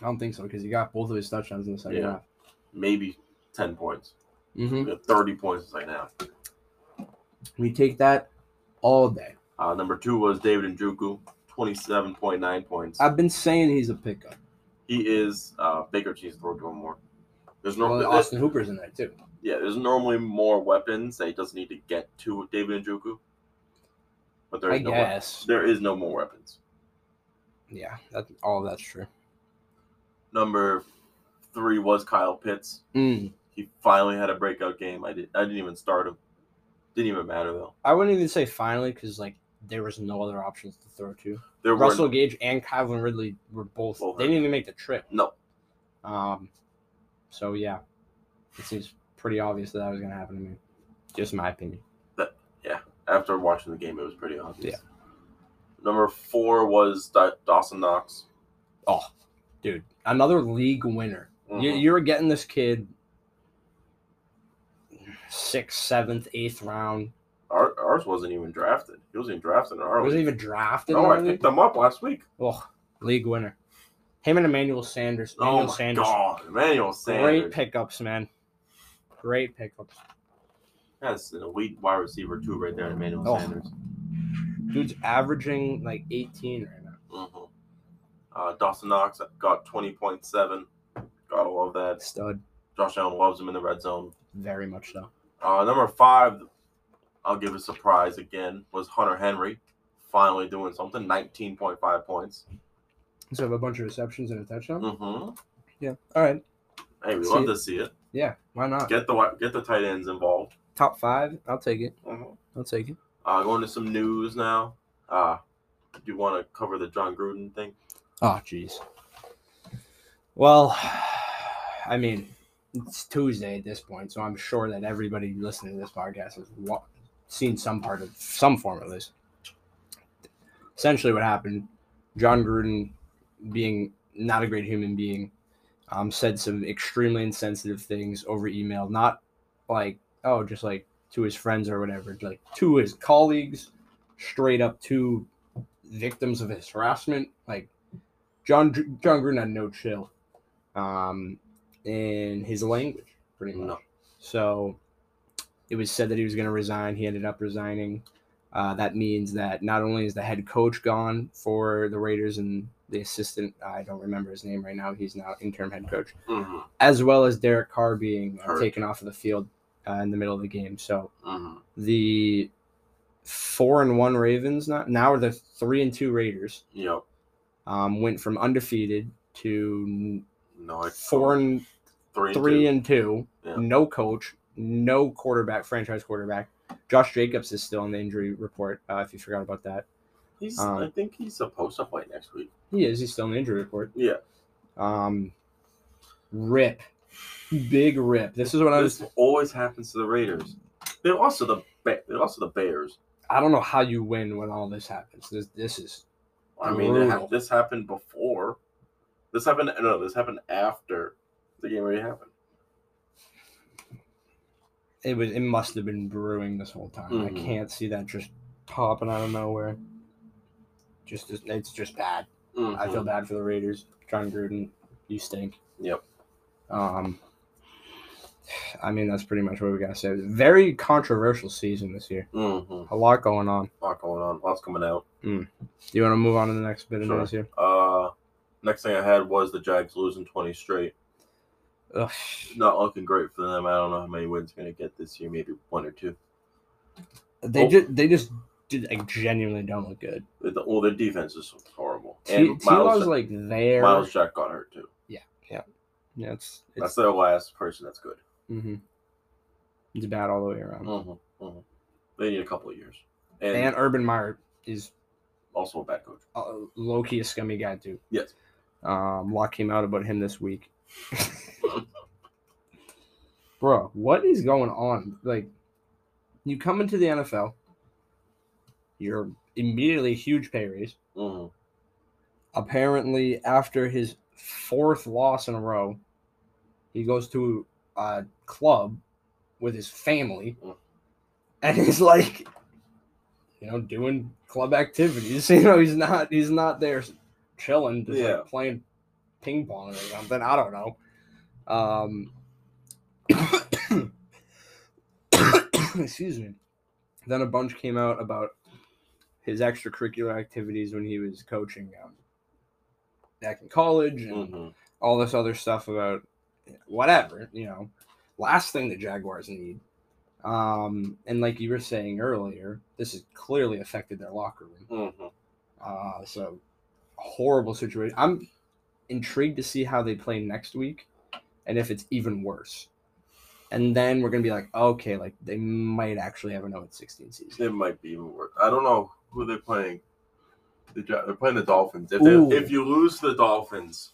S2: I don't think so because he got both of his touchdowns in the second
S1: Yeah.
S2: half.
S1: maybe 10 points.
S2: Mm-hmm.
S1: He got 30 points in the second half.
S2: We take that all day.
S1: Uh, number two was David Njoku, 27.9 points.
S2: I've been saying he's a pickup.
S1: he is uh, Baker Cheese throw to him more. There's
S2: Well,
S1: normally
S2: Austin Hooper's in there too.
S1: yeah, there's normally more weapons that he doesn't need to get to David Njoku. But there
S2: I
S1: is no wep-
S2: guess.
S1: there is no more weapons.
S2: Yeah, that all that's true.
S1: Number three was Kyle Pitts.
S2: Mm.
S1: He finally had a breakout game. I did I didn't even start him. Didn't even matter though.
S2: I wouldn't even say finally because like there was no other options to throw to.
S1: There
S2: Russell
S1: were
S2: Gage and Kyvin Ridley were both.
S1: Both
S2: They didn't even make the trip.
S1: No.
S2: Um. So yeah, it seems pretty obvious that that was gonna happen to me. Just my opinion.
S1: after watching the game, it was pretty obvious.
S2: Yeah.
S1: Number four was Da- Dawson Knox.
S2: Oh, dude, another league winner.
S1: Mm-hmm.
S2: You, you're getting this kid sixth, seventh, eighth round.
S1: Our, ours wasn't even drafted. He wasn't even drafted in our
S2: Wasn't
S1: league.
S2: even drafted. in
S1: No,
S2: our
S1: I
S2: league.
S1: picked him up last week.
S2: Oh, league winner. Him and Emmanuel Sanders.
S1: Oh
S2: Emmanuel
S1: my
S2: Sanders.
S1: god, Emmanuel
S2: Great
S1: Sanders.
S2: pickups, man. Great pickups.
S1: That's an elite wide receiver too, right there, Emmanuel
S2: Oh.
S1: Sanders.
S2: Dude's averaging like 18 right now.
S1: Mhm. Uh, Dawson Knox got twenty point seven. Gotta love that.
S2: Stud.
S1: Josh Allen loves him in the red zone.
S2: Very much so.
S1: Uh, number five, I'll give a surprise again. Was Hunter Henry finally doing something? Nineteen point five points.
S2: So have a bunch of receptions and a touchdown.
S1: Mm-hmm.
S2: Yeah. All right.
S1: Hey, we
S2: See-
S1: love to see it.
S2: Yeah, why not?
S1: Get the get the tight ends involved.
S2: Top five, I'll take it.
S1: Uh-huh.
S2: I'll take it.
S1: Uh, going to some news now. Uh, do you want to cover the John Gruden thing?
S2: Oh, jeez. Well, I mean, it's Tuesday at this point, so I'm sure that everybody listening to this podcast has wa- seen some part of some form of this. Essentially, what happened: John Gruden, being not a great human being, um, said some extremely insensitive things over email. Not like oh, just like to his friends or whatever, like to his colleagues, straight up to victims of his harassment. Like John John Gruden had no chill um, in his language, pretty much.
S1: No.
S2: So it was said that he was going to resign. He ended up resigning. Uh, that means that not only is the head coach gone for the Raiders and the assistant, I don't remember his name right now. He's now interim head coach
S1: Mm-hmm.
S2: as well as Derek Carr being uh,
S1: Hurt.
S2: taken off of the field uh, in the middle of the game. So
S1: Mm-hmm.
S2: the four and one Ravens now, now are the three and two Raiders
S1: Yep.
S2: um, went from undefeated to
S1: No. I-
S2: four and
S1: Three.
S2: three
S1: two.
S2: and two.
S1: Yeah.
S2: No coach, no quarterback, franchise quarterback. Josh Jacobs is still on the injury report. Uh, if you forgot about that,
S1: He's.
S2: um,
S1: I think he's supposed to play next week.
S2: he is. He's still on the injury report.
S1: Yeah.
S2: Um, rip, big rip. This is what I was
S1: this always happens to the Raiders. They're also the Ba- they're also the Bears.
S2: I don't know how you win when all this happens. This this is
S1: I mean, it ha-
S2: Brutal.
S1: this happened before. This happened. No, this happened after the game already happened.
S2: it was it must have been brewing this whole time.
S1: Mhm.
S2: I can't see that just popping out of nowhere. Just it's just bad. I feel bad for the Raiders. John Gruden, you stink.
S1: Yep.
S2: Um I mean that's pretty much what we gotta say. Very controversial season this year.
S1: Mm-hmm.
S2: A lot going on.
S1: Lot going on. Lots coming out.
S2: Do you wanna move on to the next bit of
S1: Sure.
S2: news here?
S1: Uh, next thing I had was the Jags losing twenty straight.
S2: Ugh.
S1: Not looking great for them. I don't know how many wins they're gonna get this year. Maybe one or two.
S2: They
S1: Oh.
S2: just they just did like genuinely don't look good.
S1: The, the- well, their defense is horrible.
S2: T
S1: Miles, uh,
S2: Law's like there.
S1: Miles Jack got hurt too.
S2: yeah, it's, it's
S1: That's their last person. That's good.
S2: Mm-hmm. It's bad all the way around.
S1: Mm-hmm. Mm-hmm. They need a couple of years, and,
S2: And Urban Meyer is
S1: also a bad coach.
S2: uh, low key a scummy guy too.
S1: Yes.
S2: Um, Law came out about him this week. Bro, what is going on? Like, you come into the NFL, you're immediately a huge pay raise.
S1: Mm-hmm.
S2: Apparently, after his fourth loss in a row, he goes to a club with his family
S1: Mm.
S2: and he's like you know doing club activities you know he's not he's not there chilling just
S1: Yeah.
S2: like playing ping pong or something i don't know um excuse me then a bunch came out about his extracurricular activities when he was coaching um, back in college and
S1: Mm-hmm.
S2: all this other stuff about whatever, you know. Last thing the Jaguars need. Um, and like you were saying earlier, this has clearly affected their locker room.
S1: Mm-hmm.
S2: Uh, so horrible situation. I'm intrigued to see how they play next week and if it's even worse. And then we're gonna be like, okay, like they might actually have an 0 16 season.
S1: It might be even worse. I don't know who they're playing. The Ja- They're playing the Dolphins. If,
S2: Ooh.
S1: they, if you lose to the Dolphins,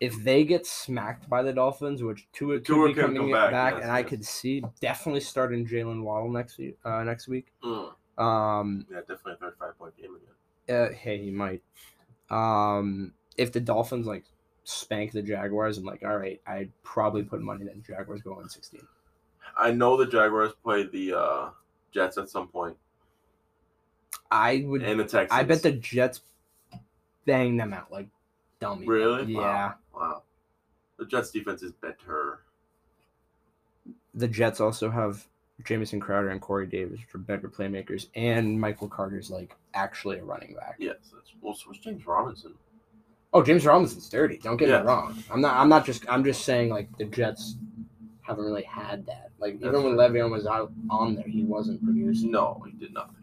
S2: If they get smacked by the Dolphins, which Tua could
S1: Tua
S2: be
S1: could come
S2: coming
S1: back,
S2: back,
S1: yes,
S2: and I
S1: yes.
S2: could see definitely starting Jalen Waddle next ye- uh, next week.
S1: mm,
S2: Um,
S1: yeah, definitely a 35 point game again.
S2: uh, hey, he might. Um, if the Dolphins like spank the Jaguars, I'm like, all right, I'd probably put money that the Jaguars go on 16.
S1: I know the Jaguars play the uh, Jets at some point
S2: I would.
S1: and the Texans.
S2: I bet the Jets bang them out like dummy.
S1: Really?
S2: Yeah.
S1: Wow. wow. The Jets defense is better.
S2: The Jets also have Jamison Crowder and Corey Davis, which are better playmakers, and Michael Carter's like actually a running back.
S1: Yes. That's, well, so was James Robinson.
S2: Oh, James Robinson's dirty. Don't get
S1: Yeah.
S2: me wrong. I'm not. I'm not just. I'm just saying like the Jets haven't really had that. Like even
S1: That's
S2: when Le'Veon was out on there, he wasn't producing.
S1: No, he did nothing.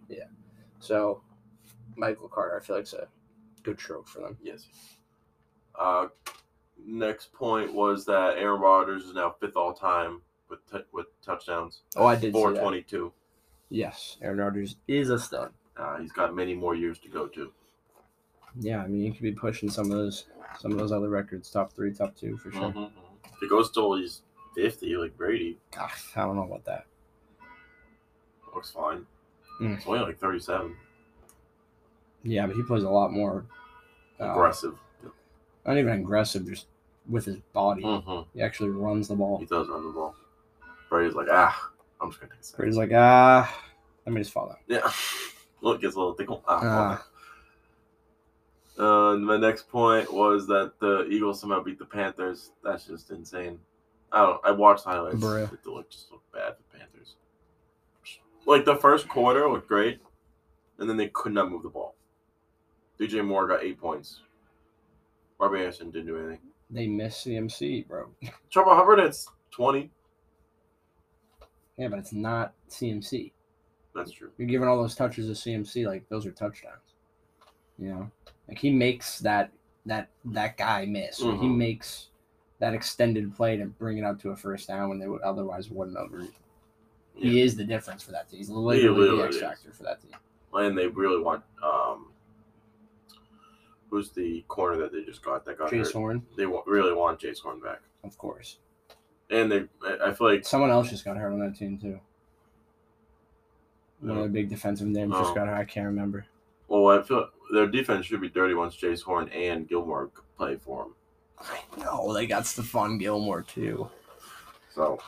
S2: So Michael Carter, I feel like's a good stroke for them.
S1: Yes. Uh, next point was that Aaron Rodgers is now fifth all time with t- with touchdowns.
S2: Oh, I did. see that.
S1: Four twenty two.
S2: Yes, Aaron Rodgers is a stud.
S1: Uh, he's got many more years to go to.
S2: Yeah, I mean, he could be pushing some of those some of those other records, top three, top two for sure.
S1: Mhm, mhm. If it goes till he's fifty, like Brady,
S2: Gosh, I don't know about that.
S1: looks fine.
S2: Mm.
S1: It's only like thirty seven.
S2: Yeah, but he plays a lot more. uh,
S1: Aggressive.
S2: not even aggressive, just with his body.
S1: Mhm.
S2: He actually runs the ball.
S1: He does run the ball. Brady's like, ah, I'm just gonna take a second.
S2: Brady's like, ah, let me just fall down.
S1: Yeah. Look, gets a little tickle. Ah,
S2: Ah.
S1: fuck. Uh, my next point was that the Eagles somehow beat the Panthers. That's just insane. I don't. I watched highlights.
S2: Bruh.
S1: It looked just looked bad for the Panthers. Like the first quarter looked great, and then they could not move the ball. DJ Moore got eight points. Barbie Anderson didn't do anything.
S2: They miss CMC, bro.
S1: Trevor Hubbard had twenty.
S2: Yeah, but it's not CMC.
S1: That's true.
S2: You're giving all those touches to CMC, like those are touchdowns. You know, like he makes that that that guy miss. or He
S1: Mhm.
S2: makes that extended play to bring it up to a first down when they would otherwise wouldn't have. He
S1: Yeah.
S2: is the difference for that team. He's literally
S1: literally
S2: the X
S1: is.
S2: factor for that team.
S1: And they really want um. Who's the corner that they just got that got hurt?
S2: Chase Horn,
S1: they wa- really want Jace Horn back,
S2: of course.
S1: and they I- I feel like
S2: Someone else just got hurt on that team too. One of
S1: Yeah.
S2: the big defensive names just
S1: Oh.
S2: got hurt. I can't remember.
S1: well I feel like their defense should be dirty once Jace Horn and Gilmore c- play for him.
S2: I know they got Stephon Gilmore too.
S1: So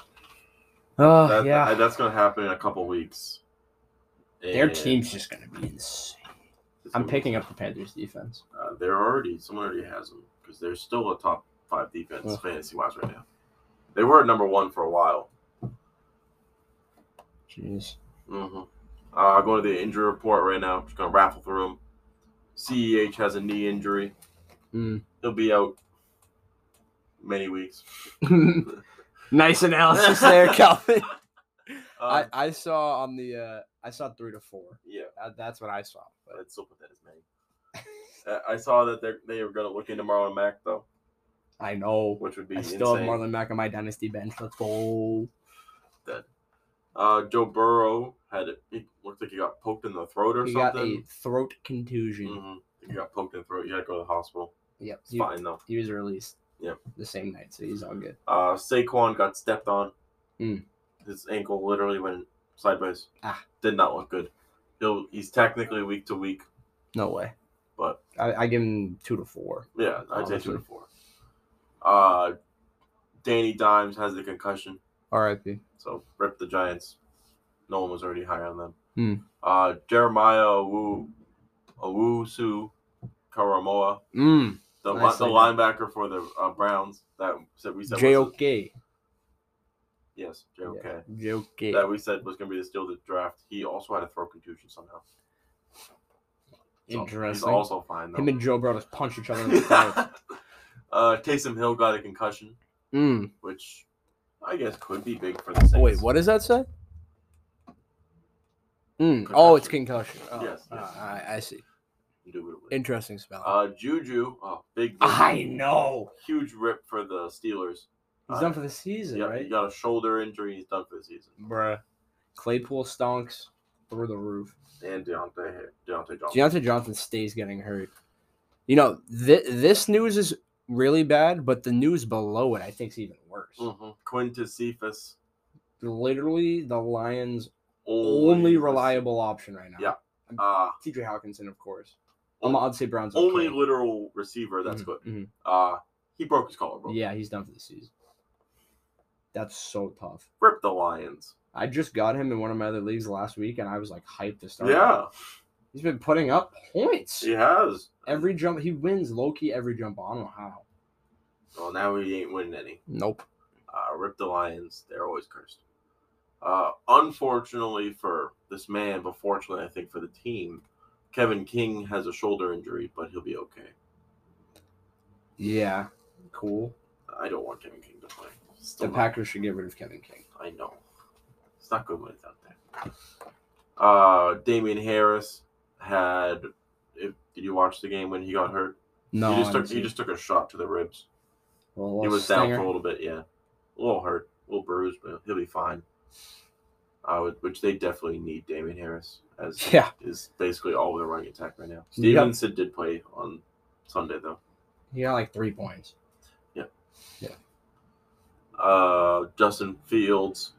S2: Oh
S1: that,
S2: yeah,
S1: that- that's gonna happen in a couple weeks.
S2: their
S1: And
S2: team's just gonna be insane.
S1: it's
S2: I'm
S1: gonna-
S2: picking up the Panthers defense.
S1: Uh, they're already someone already has them because they're still a top five defense
S2: Ugh.
S1: fantasy wise right now. They were at number one for a while.
S2: Jeez.
S1: Mm-hmm. Uh, going to the injury report right now. Just gonna raffle through them. Ceh has a knee injury.
S2: Mm.
S1: He'll be out many weeks.
S2: nice analysis
S1: there,
S2: Calvin.
S1: Uh,
S2: I, I saw on the uh, I saw three to four.
S1: yeah.
S2: Uh, that's what I saw. But
S1: I'd still put that as many. Uh, I saw that they're, they are going to look into Marlon Mack though,
S2: I know.
S1: which would be
S2: I still
S1: insane.
S2: have Marlon Mack on my dynasty bench. Let's go.
S1: Uh, Joe Burrow had it. He looked like he got poked in the throat or
S2: He got
S1: something.
S2: a throat contusion.
S1: hmm He got poked in the throat. He had to go to the hospital.
S2: Yep.
S1: It's
S2: he-
S1: fine though.
S2: he was released.
S1: Yep.
S2: The same night, so he's all good.
S1: Uh, Saquon got stepped on.
S2: Mm.
S1: His ankle literally went sideways.
S2: Ah.
S1: Did not look good. He'll, he's technically week to week,
S2: No way.
S1: but
S2: I, I give him two to four.
S1: Yeah, I'd say two
S2: Honestly.
S1: to four. Uh, Danny Dimes has the concussion,
S2: R.I.P.
S1: so rip the Giants. No one was already high on them.
S2: Hmm.
S1: Uh, Jeremiah Owu, Owusu Karamoa,
S2: Mm.
S1: the,
S2: Nice
S1: li- the
S2: name.
S1: linebacker for the uh, Browns that said we said was-
S2: J.O.K.
S1: yes JOK
S2: Yeah, J.O.K.
S1: that we said was going to be the steal of the draft. He also had a throat contusion somehow. So He's
S2: Interesting.
S1: also fine though.
S2: Him and Joe Burrow just punch each other in the throat.
S1: uh, Taysom Hill got a concussion,
S2: mm.
S1: which I guess could be big for the Saints.
S2: Oh, wait, what does that say? Mm. Oh, it's concussion. Oh,
S1: Yes,
S2: uh,
S1: yes.
S2: I, I see.
S1: Indubitably.
S2: Interesting spell.
S1: Uh, Juju, oh, big, rip.
S2: I know.
S1: huge rip for the Steelers.
S2: He's
S1: Uh,
S2: done for the season,
S1: Yeah,
S2: right?
S1: he got a shoulder injury. He's done for the season.
S2: Bruh. Claypool stonks through the roof.
S1: And Deontay, Deontay Johnson.
S2: Deontay Johnson stays getting hurt. You know, th- this news is really bad, but the news below it I think is even worse.
S1: Mhm. Quintus Cephas,
S2: Literally the Lions' only reliable option right now.
S1: Yeah. Uh,
S2: TJ Hawkinson, of course. I'm, I'd say Brown's okay.
S1: only literal receiver. That's
S2: Mhm,
S1: good.
S2: mhm.
S1: Uh, he broke his collarbone.
S2: Yeah, he's done for the season. That's so tough.
S1: Rip the Lions.
S2: I just got him in one of my other leagues last week, and I was like hyped to start. him.
S1: Yeah,
S2: He's been putting up points.
S1: he has.
S2: Every jump, he wins low key every jump. I don't know how.
S1: Well, now he ain't winning any.
S2: Nope.
S1: Uh, rip the Lions. They're always cursed. Uh, unfortunately for this man, but fortunately, I think for the team, Kevin King has a shoulder injury, but he'll be okay.
S2: Yeah. Cool.
S1: I don't want Kevin King to play. Still
S2: The
S1: not-
S2: Packers should get rid of Kevin King.
S1: I know. It's not good when it's out there. Uh, Damian Harris had. If, did you watch the game when he got hurt?
S2: No,
S1: he just
S2: I'm
S1: took he just took a shot to the ribs.
S2: Well,
S1: He was down for a little bit, yeah. A little hurt, a little bruised, but he'll be fine. I would, which they definitely need Damien Harris as
S2: Yeah,
S1: is basically all their running attack right now.
S2: Yeah.
S1: Stevenson did play on Sunday though.
S2: he got like three points.
S1: Uh, Justin Fields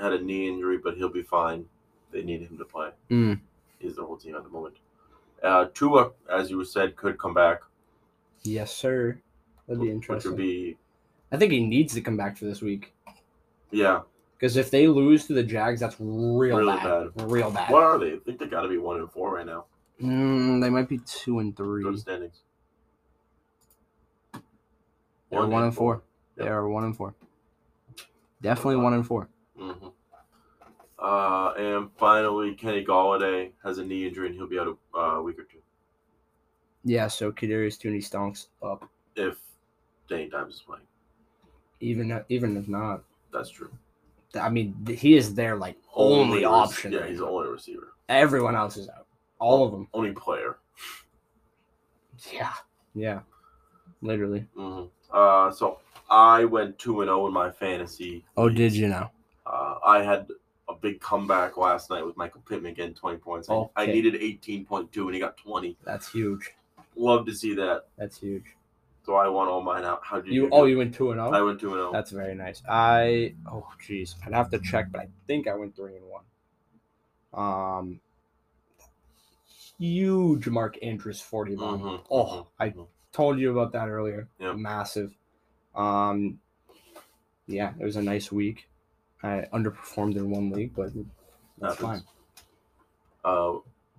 S1: had a knee injury, but he'll be fine. They need him to play.
S2: Mm.
S1: He's the whole team at the moment. Uh, Tua, as you said, could come back,
S2: Yes, sir. That'd be
S1: which
S2: interesting.
S1: would be
S2: I think he needs to come back for this week
S1: yeah.
S2: because if they lose to the Jags, that's real
S1: Really
S2: bad. Real bad.
S1: What are they? I think they got to be one and four right now.
S2: Mm, they might be two and three.
S1: Go to standings.
S2: They're one, and 4 They are one and four. Definitely one and four.
S1: Mm-hmm. Uh, and finally, Kenny Galladay has a knee injury, and he'll be out a uh, week or two
S2: Yeah, so Kadarius Tooney stonks up.
S1: if Danny Dimes is playing.
S2: Even even if not,
S1: That's true.
S2: I mean th- he is their like only
S1: rec-
S2: option.
S1: Yeah, he's the only receiver,
S2: Everyone else is out. All of them.
S1: only player.
S2: Yeah. Yeah. Literally.
S1: hmm Uh, so I went two and zero in my fantasy.
S2: Oh,
S1: league.
S2: did you know?
S1: Uh, I had a big comeback last night with Michael Pittman getting twenty points. I- I
S2: Okay.
S1: needed eighteen point two, and he got twenty.
S2: That's huge.
S1: Love to see that.
S2: That's huge.
S1: So I want all mine out. How did you?
S2: You
S1: do?
S2: oh you went two and
S1: I
S2: oh?
S1: went two and zero.
S2: That's very nice. I oh jeez. I'd have to check, but I think I went three and one. Um huge Mark Andrews 40 line.
S1: Mhm,
S2: Oh,
S1: mhm,
S2: I
S1: mhm.
S2: told you about that earlier.
S1: Yep.
S2: Massive. Um, yeah, it was a nice week. I underperformed in one league, but that's
S1: Happens.
S2: fine.
S1: Uh,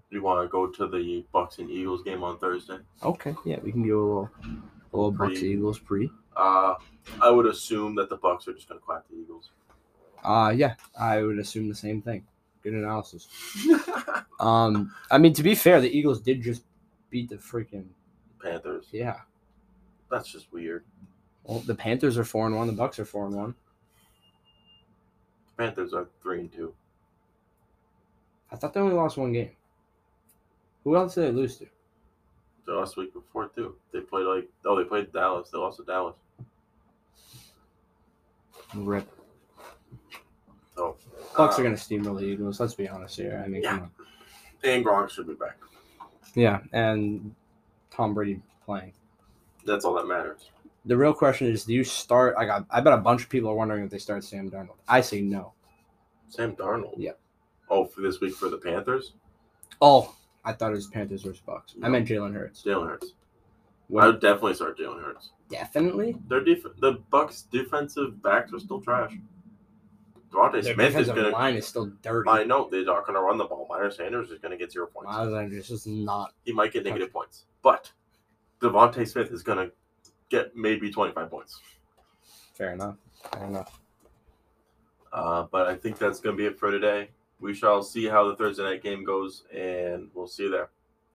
S1: you want to go to the Bucks and Eagles game on Thursday?
S2: Okay, yeah, we can do a little, a little Bucks
S1: Pre.
S2: Eagles pre.
S1: Uh, I would assume that the Bucks are just going to clap the Eagles.
S2: Uh yeah, I would assume the same thing. Good analysis. Um, I mean to be fair, the Eagles did just beat the freaking
S1: Panthers.
S2: yeah.
S1: That's just weird.
S2: Well, the Panthers are four and one. The Bucks are four and one.
S1: Panthers are three and two.
S2: I thought they only lost one game. Who else did they lose to?
S1: So last week before too, they played like oh they played Dallas. They lost to Dallas.
S2: Rip.
S1: So
S2: Bucks
S1: uh,
S2: are gonna steamroll the Eagles. Let's be honest here. I mean,
S1: Yeah.
S2: come on.
S1: And Gronk should be back.
S2: Yeah, and Tom Brady playing.
S1: That's all that matters.
S2: The real question is, do you start? I got. I bet a bunch of people are wondering if they start Sam Darnold. I say no.
S1: Sam Darnold.
S2: Yep.
S1: Oh, for this week for the Panthers,
S2: Oh, I thought it was Panthers versus Bucks. I
S1: No.
S2: meant Jalen Hurts.
S1: Jalen Hurts.
S2: What-
S1: I would definitely start Jalen Hurts.
S2: definitely.
S1: Their def- the Bucks defensive backs are still trash. Devontae
S2: Their
S1: Smith is
S2: defensive
S1: gonna.
S2: line is still dirty.
S1: I know they're not gonna run the ball. Myers Sanders is gonna get zero points.
S2: Miles Sanders is not.
S1: He might get negative points, but Devontae Smith is gonna get maybe twenty five points.
S2: Fair enough. Fair enough.
S1: Uh, but I think that's going to be it for today. We shall see how the Thursday night game goes, and we'll see you there.